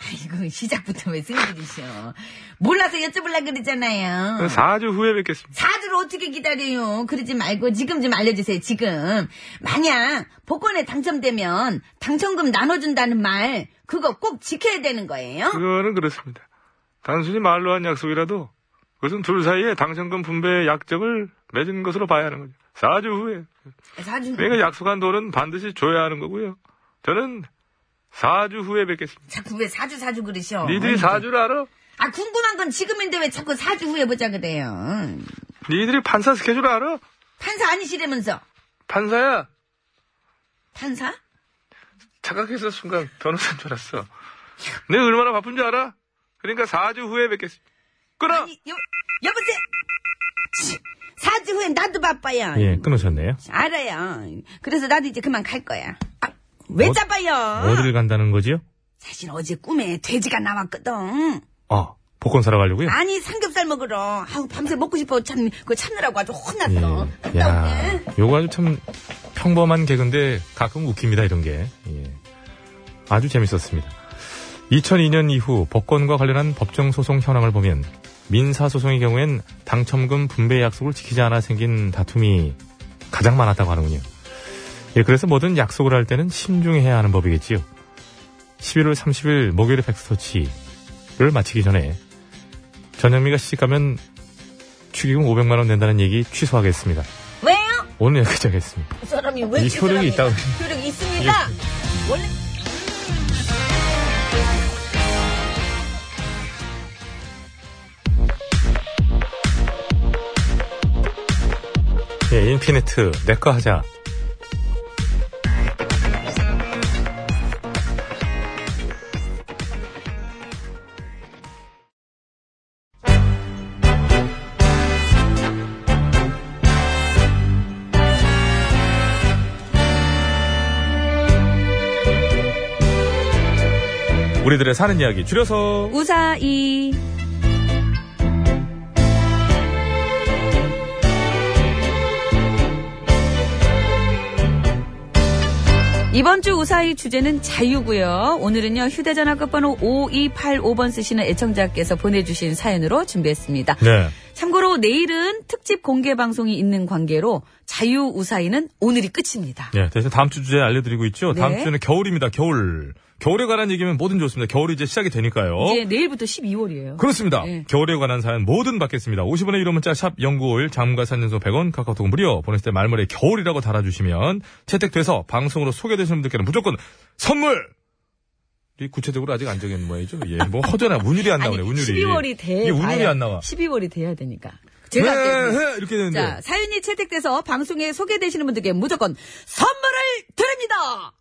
S2: 아이고, 시작부터 왜 승질이셔. 몰라서 여쭤보려고 그러잖아요.
S1: 4주 후에 뵙겠습니다.
S2: 사주를 어떻게 기다려요? 그러지 말고 지금 좀 알려주세요. 지금 만약 복권에 당첨되면 당첨금 나눠준다는 말 그거 꼭 지켜야 되는 거예요?
S1: 그거는 그렇습니다. 단순히 말로 한 약속이라도 그것은 둘 사이에 당첨금 분배의 약정을 맺은 것으로 봐야 하는 거죠. 4주 후에.
S2: 사주
S1: 내가 약속한 돈은 반드시 줘야 하는 거고요. 저는 4주 후에 뵙겠습니다.
S2: 자꾸 왜 사주 사주 그러셔?
S1: 니들이 4주를 어, 알아?
S2: 아 궁금한 건 지금인데 왜 자꾸 사주 후에 보자 그래요?
S1: 니들이 판사 스케줄 알아?
S2: 판사 아니시라면서
S1: 판사야.
S2: 판사?
S1: 착각해서 순간 변호사인 줄 알았어. 내가 얼마나 바쁜 줄 알아? 그러니까 4주 후에 뵙겠습니다. 끊어!
S2: 아니, 여 여보세요? 치, 사주 후에 나도 바빠요.
S1: 예, 끊으셨네요.
S2: 알아요. 그래서 나도 이제 그만 갈 거야. 아, 왜
S1: 어-
S2: 잡아요?
S1: 어디를 간다는 거지요?
S2: 사실 어제 꿈에 돼지가 나왔거든.
S1: 아, 복권 사러 가려고요?
S2: 아니 삼겹살 먹으러. 아우 밤새 먹고 싶어 참 그거 참느라고 아주 혼났어.
S1: 예. 야, 요거 아주 참 평범한 개그인데 가끔 웃깁니다, 이런 게. 예. 아주 재밌었습니다. 2002년 이후 법권과 관련한 법정 소송 현황을 보면 민사 소송의 경우엔 당첨금 분배 약속을 지키지 않아 생긴 다툼이 가장 많았다고 하는군요. 예, 그래서 뭐든 약속을 할 때는 신중해야 하는 법이겠지요. 11월 30일 목요일의 백스터치를 마치기 전에 전현미가 시집가면 축의금 500만 원 낸다는 얘기 취소하겠습니다.
S2: 왜요?
S1: 오늘 여기까지 하겠습니다.
S2: 그 사람이 왜
S1: 이
S2: 이렇게
S1: 효력이
S2: 사람이야?
S1: 있다고.
S2: 효력이 있습니다. 원래
S1: 예, 인피니트 내꺼 하자. 우리들의 사는 이야기 줄여서
S7: 우사이. 이번 주 우사히 주제는 자유고요. 오늘은요. 휴대전화 끝번호 5285번 쓰시는 애청자께서 보내주신 사연으로 준비했습니다.
S1: 네.
S7: 참고로 내일은 특집 공개 방송이 있는 관계로 자유 우사히는 오늘이 끝입니다.
S1: 예, 대신 다음 주 주제 알려드리고 있죠. 다음
S7: 네.
S1: 주는 겨울입니다. 겨울. 겨울에 관한 얘기면 뭐든 좋습니다. 겨울이 이제 시작이 되니까요.
S7: 이제 내일부터 12월이에요.
S1: 어? 그렇습니다.
S7: 네.
S1: 겨울에 관한 사연 뭐든 받겠습니다. 50원의 이름 문자 샵 0951, 장문가 3년소 100원, 카카오톡 무료. 보냈을 때 말머리에 겨울이라고 달아주시면 채택돼서 방송으로 소개되시는 분들께는 무조건 선물! 이 구체적으로 아직 안 정해놓은 모양이죠. 예, 뭐 허전한 운율이 안 나오네. 운율이.
S7: 12월이 돼.
S1: 이게 운율이 안 나와.
S7: 12월이 돼야 되니까.
S1: 네,
S7: 제가 할게요.
S1: 네, 이렇게 되는데.
S7: 자, 사연이 채택돼서 방송에 소개되시는 분들께 무조건 선물을 드립니다!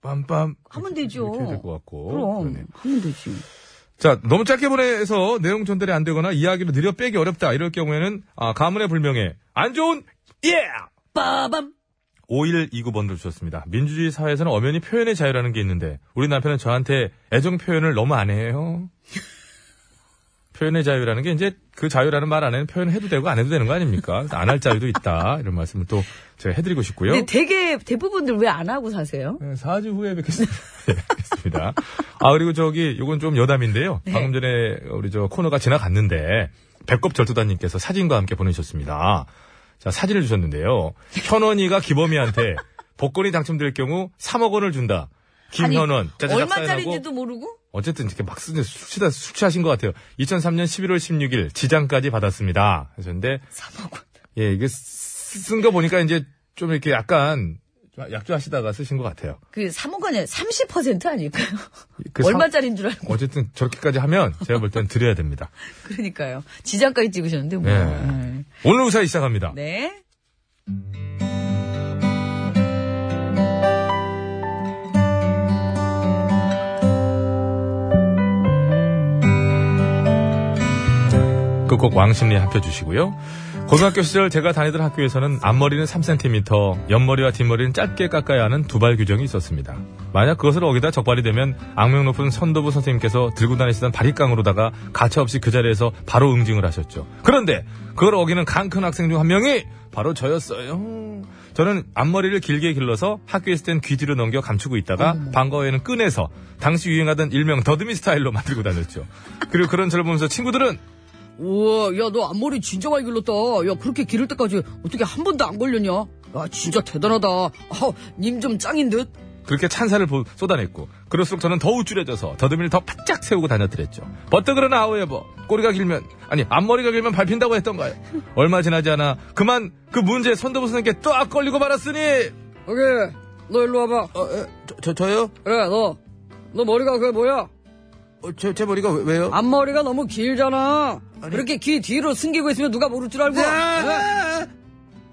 S8: 빰빰.
S7: 하면
S1: 이렇게 해야 될것
S7: 되죠.
S1: 같고.
S7: 그럼,
S1: 그러네.
S7: 하면 되지.
S1: 자, 너무 짧게 보내서 내용 전달이 안 되거나 이야기를 느려 빼기 어렵다. 이럴 경우에는, 아, 가문의 불명예. 안 좋은, 예! 어?
S2: 빠밤!
S1: 5129번들 주셨습니다. 민주주의 사회에서는 엄연히 표현의 자유라는 게 있는데, 우리 남편은 저한테 애정 표현을 너무 안 해요. 표현의 자유라는 게 이제 그 자유라는 말 안에는 표현해도 되고 안 해도 되는 거 아닙니까? 안 할 자유도 있다. 이런 말씀을 또 제가 해드리고 싶고요.
S2: 근데 되게 대부분들 왜 안 하고 사세요?
S1: 네, 4주 후에 뵙겠습니다. 네, 알겠습니다. 아, 그리고 저기, 요건 좀 여담인데요.
S2: 네.
S1: 방금 전에 우리 저 코너가 지나갔는데, 배꼽 절도단님께서 사진과 함께 보내주셨습니다. 자, 사진을 주셨는데요. 현원이가 기범이한테 복권이 당첨될 경우 3억 원을 준다. 김현원. 짜자작 사인하고
S2: 얼마짜리인지도 모르고?
S1: 어쨌든 이렇게 막 쓰는 수치다 수치하신 것 같아요. 2003년 11월 16일 지장까지 받았습니다. 하셨는데
S2: 3억 원.
S1: 예 이게 쓴 거 보니까 이제 좀 이렇게 약간 좀 약조하시다가 쓰신 것 같아요.
S2: 그 3억 원이 30% 아닐까요?
S1: 그 사-
S2: 얼마짜리인 줄 알고.
S1: 어쨌든 저렇게까지 하면 제가 볼 땐 드려야 됩니다.
S2: 그러니까요. 지장까지 찍으셨는데, 뭐.
S1: 예.
S2: 네.
S1: 오늘 의사 시작합니다.
S2: 네.
S1: 끝곡 그 왕심리 합혀주시고요. 고등학교 시절 제가 다니던 학교에서는 앞머리는 3cm, 옆머리와 뒷머리는 짧게 깎아야 하는 두발 규정이 있었습니다. 만약 그것을 어기다 적발이 되면 악명 높은 선도부 선생님께서 들고 다니시던 바리깡으로다가 가차없이 그 자리에서 바로 응징을 하셨죠. 그런데 그걸 어기는 강 큰 학생 중 한 명이 바로 저였어요. 저는 앞머리를 길게 길러서 학교에 있을 땐 귀 뒤로 넘겨 감추고 있다가 방과 후에는 꺼내서 당시 유행하던 일명 더듬이 스타일로 만들고 다녔죠. 그리고 그런 저를 보면서 친구들은
S2: 우와, 야, 너 앞머리 진짜 많이 길렀다. 야, 그렇게 기를 때까지 어떻게 한 번도 안 걸렸냐? 야, 진짜 대단하다. 아, 님 좀 짱인 듯?
S1: 그렇게 찬사를 보- 쏟아냈고 그럴수록 저는 더 우쭐해져서 더듬이를 더 바짝 세우고 다녔더랬죠. 버터그러나 아우에버 꼬리가 길면 아니 앞머리가 길면 밟힌다고 했던가요? 얼마 지나지 않아 그만 그 문제 선도부 선생님께 딱 걸리고 말았으니
S2: 오케이, 너 일로 와봐.
S5: 어, 에, 저, 저, 저요?
S2: 그래, 너. 너 머리가 그게 뭐야?
S5: 어, 제, 제 머리가 왜,
S2: 아,
S5: 왜요?
S2: 앞머리가 너무 길잖아. 그렇게 귀 뒤로 숨기고 있으면 누가 모를 줄 알고.
S5: 아,
S2: 네.
S5: 아, 아.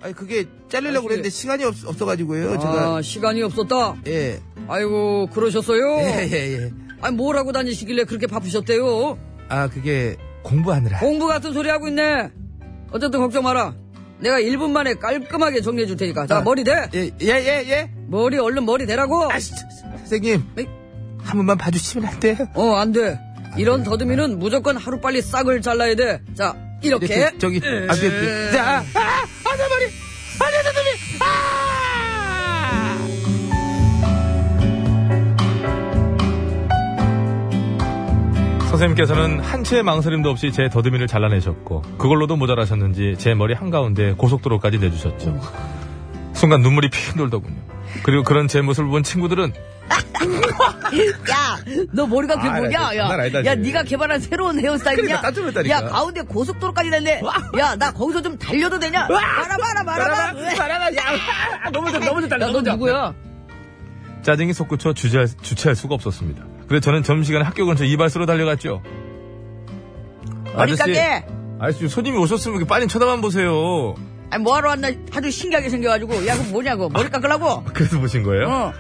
S5: 아니, 그게 잘리려고 그랬는데 시간이 없, 없어가지고요. 제가.
S2: 아, 시간이 없었다.
S5: 예.
S2: 아이고, 그러셨어요?
S5: 예, 예, 예.
S2: 아니, 뭘 하고 다니시길래 그렇게 바쁘셨대요?
S5: 아, 그게 공부하느라.
S2: 공부 같은 소리 하고 있네. 어쨌든 걱정 마라. 내가 1분 만에 깔끔하게 정리해 줄 테니까. 자,
S5: 아.
S2: 머리 대.
S5: 예, 예, 예, 예.
S2: 머리 얼른 머리 대라고.
S5: 아씨, 선생님.
S1: 네?
S2: 에이.
S5: 한 번만 봐주시면 안 돼요?
S2: 어, 안 돼. 이런 더듬이는 무조건 하루 빨리 싹을 잘라야 돼. 자, 이렇게.
S5: 이렇게 저기
S1: 네.
S5: 앞에 앞에. 자, 아, 아,
S1: 선생님께서는 한치의 망설임도 없이 제 더듬이를 잘라내셨고 그걸로도 모자라셨는지 제 머리 한가운데 고속도로까지 내주셨죠. 순간 눈물이 피 돌더군요. 그리고 그런 제 모습을 본 친구들은
S3: 야, 너 머리가 그게
S5: 아,
S3: 뭐냐?
S5: 야,
S3: 야,
S5: 장난 아니다,
S3: 야,
S5: 지금.
S3: 네가 개발한 새로운 헤어스타일이냐?
S5: 그러니까 깜짝 놀랐다니까.
S3: 야, 가운데 고속도로까지 달래. 야, 나 거기서 좀 달려도 되냐? 말아, 말아, 말아,
S5: 바라봐,
S3: 말아.
S5: 바라봐, 야, 아, 너무 좋다, 너무 좋다,
S2: 야, 너
S5: 너무 좋다.
S2: 누구야?
S1: 짜증이 솟구쳐 주체할, 주체할 수가 없었습니다. 그래서 저는 점심시간에 학교 근처 이발소로 달려갔죠. 아저씨,
S3: 어디까게?
S1: 아저씨 손님이 오셨으면 이렇게 빨리 쳐다만 보세요.
S3: 아니, 뭐하러 왔나? 아주 신기하게 생겨가지고. 야, 그 뭐냐고? 머리 깎으라고?
S1: 그래서 보신 거예요?
S3: 어,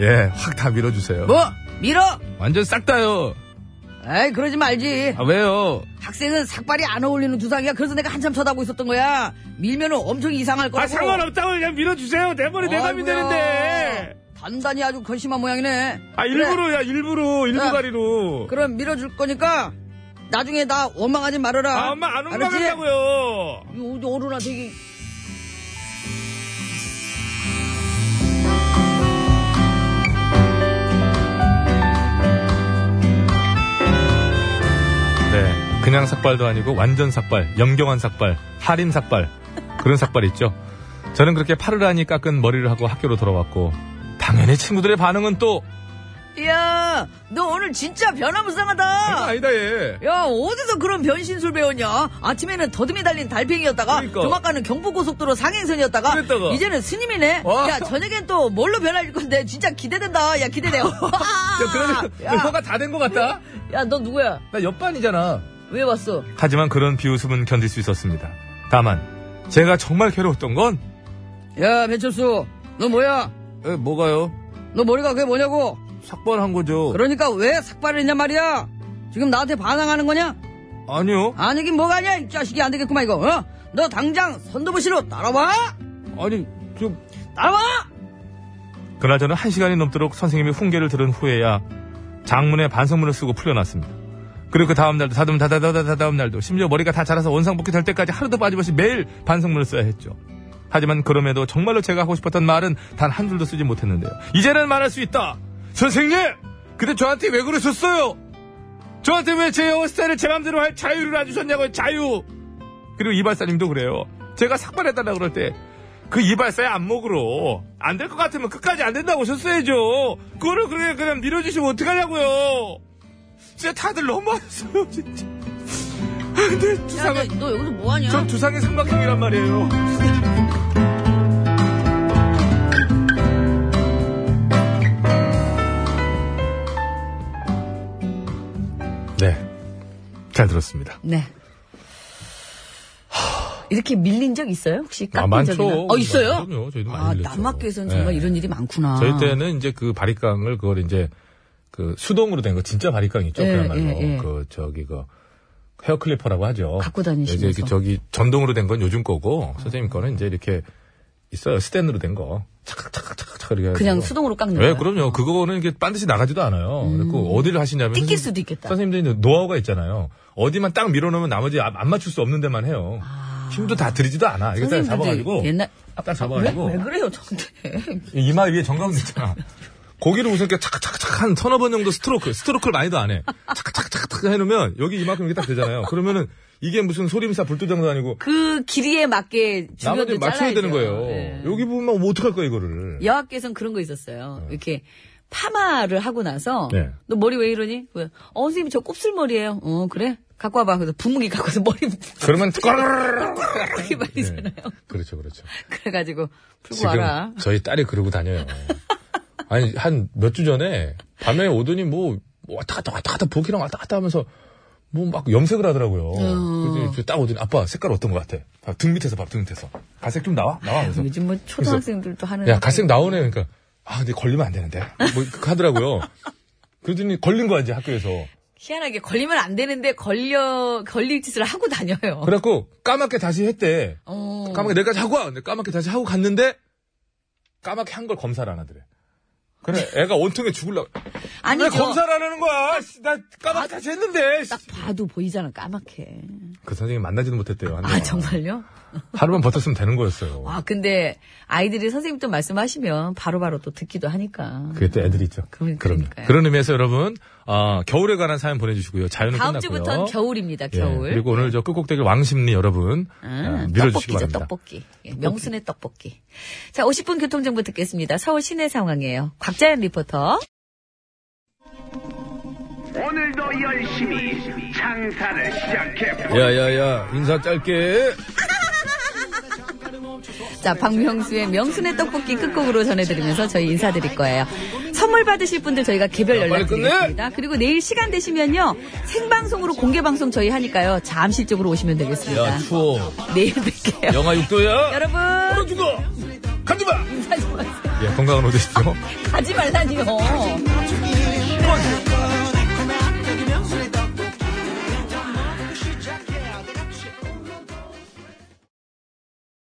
S1: 예, 확 다 밀어주세요.
S3: 뭐? 밀어?
S1: 완전 싹 다요.
S3: 에이, 그러지 말지.
S1: 아, 왜요?
S3: 학생은 삭발이 안 어울리는 두상이야. 그래서 내가 한참 쳐다보고 있었던 거야. 밀면은 엄청 이상할 거라고.
S1: 아, 상관없다고 그냥 밀어주세요. 내 머리 내
S3: 아이고야. 단단히 아주 걸심한 모양이네.
S1: 아, 야, 일부러, 일부
S3: 야.
S1: 가리로.
S3: 그럼 밀어줄 거니까 나중에 나 원망하지 말아라. 알았지?
S1: 온다고요.
S3: 요 어른아 되게
S1: 네. 그냥 삭발도 아니고 완전 삭발, 염경한 삭발, 할인 삭발 그런 삭발 있죠. 저는 그렇게 파르라니 깎은 머리를 하고 학교로 돌아왔고 당연히 친구들의 반응은 또
S3: 야, 너 오늘 진짜 변화무쌍하다.
S1: 아니다 예. 얘.
S3: 야, 어디서 그런 변신술 배웠냐? 아침에는 더듬이 달린 달팽이였다가
S1: 그러니까.
S3: 조만간은 경부고속도로 상행선이었다가
S1: 그랬다가.
S3: 이제는 스님이네.
S1: 와.
S3: 야, 저녁엔 또 뭘로 변할 건데 진짜 기대된다. 야, 기대돼요. 야,
S1: 다 된 것 같다.
S3: 야, 너 누구야?
S5: 나 옆반이잖아.
S3: 왜 왔어?
S1: 하지만 그런 비웃음은 견딜 수 있었습니다. 다만 제가 정말 괴로웠던 건
S2: 야, 배철수. 너 뭐야?
S5: 에, 어, 뭐가요?
S2: 너 머리가 그게 뭐냐고?
S5: 삭발한 거죠.
S2: 그러니까 왜 삭발을 했냐 말이야? 지금 나한테 반항하는 거냐?
S5: 아니요.
S2: 아니긴 뭐가 아니야 이 자식이 안 되겠구만 이거 어? 너 당장 선도부 씨로 따라와
S5: 아니, 저,
S2: 따라와
S1: 그날 저는 한 시간이 넘도록 선생님이 훈계를 들은 후에야 장문에 반성문을 쓰고 풀려났습니다. 그리고 그 다음날도 다음 다다다다 다음날도 심지어 머리가 다 자라서 원상복귀 될 때까지 하루도 빠짐없이 매일 반성문을 써야 했죠. 하지만 그럼에도 정말로 제가 하고 싶었던 말은 단 한 줄도 쓰지 못했는데요. 이제는 말할 수 있다. 선생님, 근데 저한테 왜 그러셨어요? 저한테 왜 제 영어 스타일을 제 마음대로 할 자유를 안 주셨냐고요. 자유. 그리고 이발사님도 그래요. 제가 삭발해달라 그럴 때 그 이발사의 안목으로 안 될 것 같으면 끝까지 안 된다고 하셨어야죠. 그거를 그렇게 그냥 밀어주시면 어떡하냐고요. 진짜 다들 너무하셨어요 진짜. 아, 근데
S2: 야,
S1: 주상은
S2: 너, 너 여기서
S5: 그-
S2: 뭐하냐?
S1: 전 주상의 생방송이란 말이에요. 네. 잘 들었습니다.
S2: 네. 이렇게 밀린 적 있어요? 혹시 깎인 적이나? 어, 있어요?
S1: 그럼요. 저희도 아, 많이
S2: 아,
S1: 밀렸죠.
S2: 남학교에서는
S1: 네.
S2: 정말 이런 일이 많구나.
S1: 저희 때는 이제 그 바리깡을 그걸 이제 그 수동으로 된 거 진짜 바리깡 있죠
S2: 예,
S1: 그야말로
S2: 예, 예.
S1: 그 저기 그 헤어 클리퍼라고 하죠.
S2: 갖고 다니시면서.
S1: 이제 이렇게 저기 전동으로 된 건 요즘 거고 선생님 거는 이제 이렇게 있어요 스탠으로 된 거. 착각 착각 착각 착각 이렇게.
S2: 그냥
S1: 해가지고.
S2: 수동으로 깎는
S1: 예,
S2: 거예요.
S1: 그럼요. 그거는 이게 반드시 나가지도 않아요. 그리고 어디를 하시냐면
S2: 찢길
S1: 선생님-
S2: 수도 있겠다.
S1: 선생님들이 노하우가 있잖아요. 어디만 딱 밀어놓으면 나머지 아- 안 맞출 수 없는 데만 해요. 힘도 다 들이지도 않아. 이게 딱
S2: 아. 선생님들도
S1: 잡아가지고
S2: 옛날
S1: 딱
S2: 왜,
S1: 잡아가지고
S2: 왜 그래요, 저한테?
S1: 이마 위에 정강도 있잖아. 고기를 우선 이렇게 착착착 한 서너 번 정도 스트로크, 스트로크를 많이도 안 해. 착착착착 해놓으면 여기 이만큼 이렇게 딱 되잖아요. 그러면은 이게 무슨 소림사 불도장도 아니고
S2: 그 길이에 맞게
S1: 나머지
S2: 중요도 네. 예.
S1: 맞춰야
S2: 그 잘라야
S1: 되는 거예요. 여기 보면 뭐 어떡할 거야, 이거를.
S2: 여학교에선 그런 거 있었어요. 이렇게 파마를 하고 나서
S1: 네.
S2: 너 머리 왜 이러니? 왜? 어, 선생님 저 곱슬머리예요. 어, 그래? 갖고 와봐. 그래서 부무기 갖고 와서 머리
S1: 그러면 꼬르르르. 네.
S2: 부르게 말리잖아요.
S1: 그렇죠, 그렇죠.
S2: 그래가지고 풀고
S1: 지금
S2: 와라.
S1: 저희 딸이 그러고 다녀요. 아니, 한 몇 주 전에 밤에 오더니 뭐 왔다 갔다 왔다 갔다 보기랑 왔다 갔다 하면서 뭐 막 염색을
S2: 어.
S1: 하더라고요. 그래서 저딱 오더니 아빠 색깔 어떤 것 같아? 아, 등 밑에서 봐, 등 밑에서. 갈색 좀 나와? 나와. 음. 그래서
S2: 요즘 뭐 초등학생들도 하는
S1: 야, 갈색 나오네. 그러니까 아, 근데 걸리면 안 되는데. 뭐 이렇게 하더라고요. 그러더니 걸린 거야, 이제 학교에서.
S2: 희한하게 걸리면 안 되는데 걸려 걸릴 짓을 하고 다녀요.
S1: 그래갖고 까맣게 다시 했대.
S2: 어.
S1: 까맣게 내일까지 하고 와. 근데 까맣게 다시 하고 갔는데 까맣게 한 걸 검사를 안 하더래. 그래, 애가 온통에 죽을라고.
S2: 아니
S1: 왜
S2: 저-
S1: 검사를 안 하는
S2: 아,
S1: 거야? 씨, 나 까맣게 다시 했는데. 씨.
S2: 딱 봐도 보이잖아 까맣게.
S1: 그 선생님 만나지도 못했대요. 한
S2: 아
S1: 동안.
S2: 정말요?
S1: 하루만 버텼으면 되는 거였어요.
S2: 아 근데 아이들이 선생님 또 말씀하시면 바로바로 또 듣기도 하니까.
S1: 그게 또 애들이 있죠.
S2: 그러-
S1: 그럼요.
S2: 그러니까요.
S1: 그런 의미에서 여러분, 아, 겨울에 관한 사연 보내주시고요. 자연은
S2: 다음
S1: 끝났고요.
S2: 주부터는 겨울입니다.
S1: 예,
S2: 겨울.
S1: 그리고 오늘 저 끝곡대결 왕심리 여러분 아,
S2: 음,
S1: 밀어주시기
S2: 떡볶이죠,
S1: 바랍니다.
S2: 떡볶이. 예, 명순의 떡볶이. 자, 50분 교통정보 듣겠습니다. 서울 시내 상황이에요. 곽자연 리포터.
S4: 오늘도 열심히 장사를 시작해
S5: 야야야, 인사 짧게.
S2: 자, 박명수의 명순의 떡볶이 끝곡으로 전해드리면서 저희 인사드릴 거예요. 선물 받으실 분들 저희가 개별
S5: 빨리
S2: 연락드리겠습니다. 그리고 내일 시간 되시면요. 생방송으로 공개방송 저희 하니까요. 잠실 쪽으로 오시면 되겠습니다.
S5: 야, 추워.
S2: 내일 뵐게요.
S5: 영하 6도야.
S2: 여러분,
S5: 죽어. 가지마.
S2: 인사 좀 하세요.
S1: 예, 건강한 오되시죠
S2: 가지 말라니요.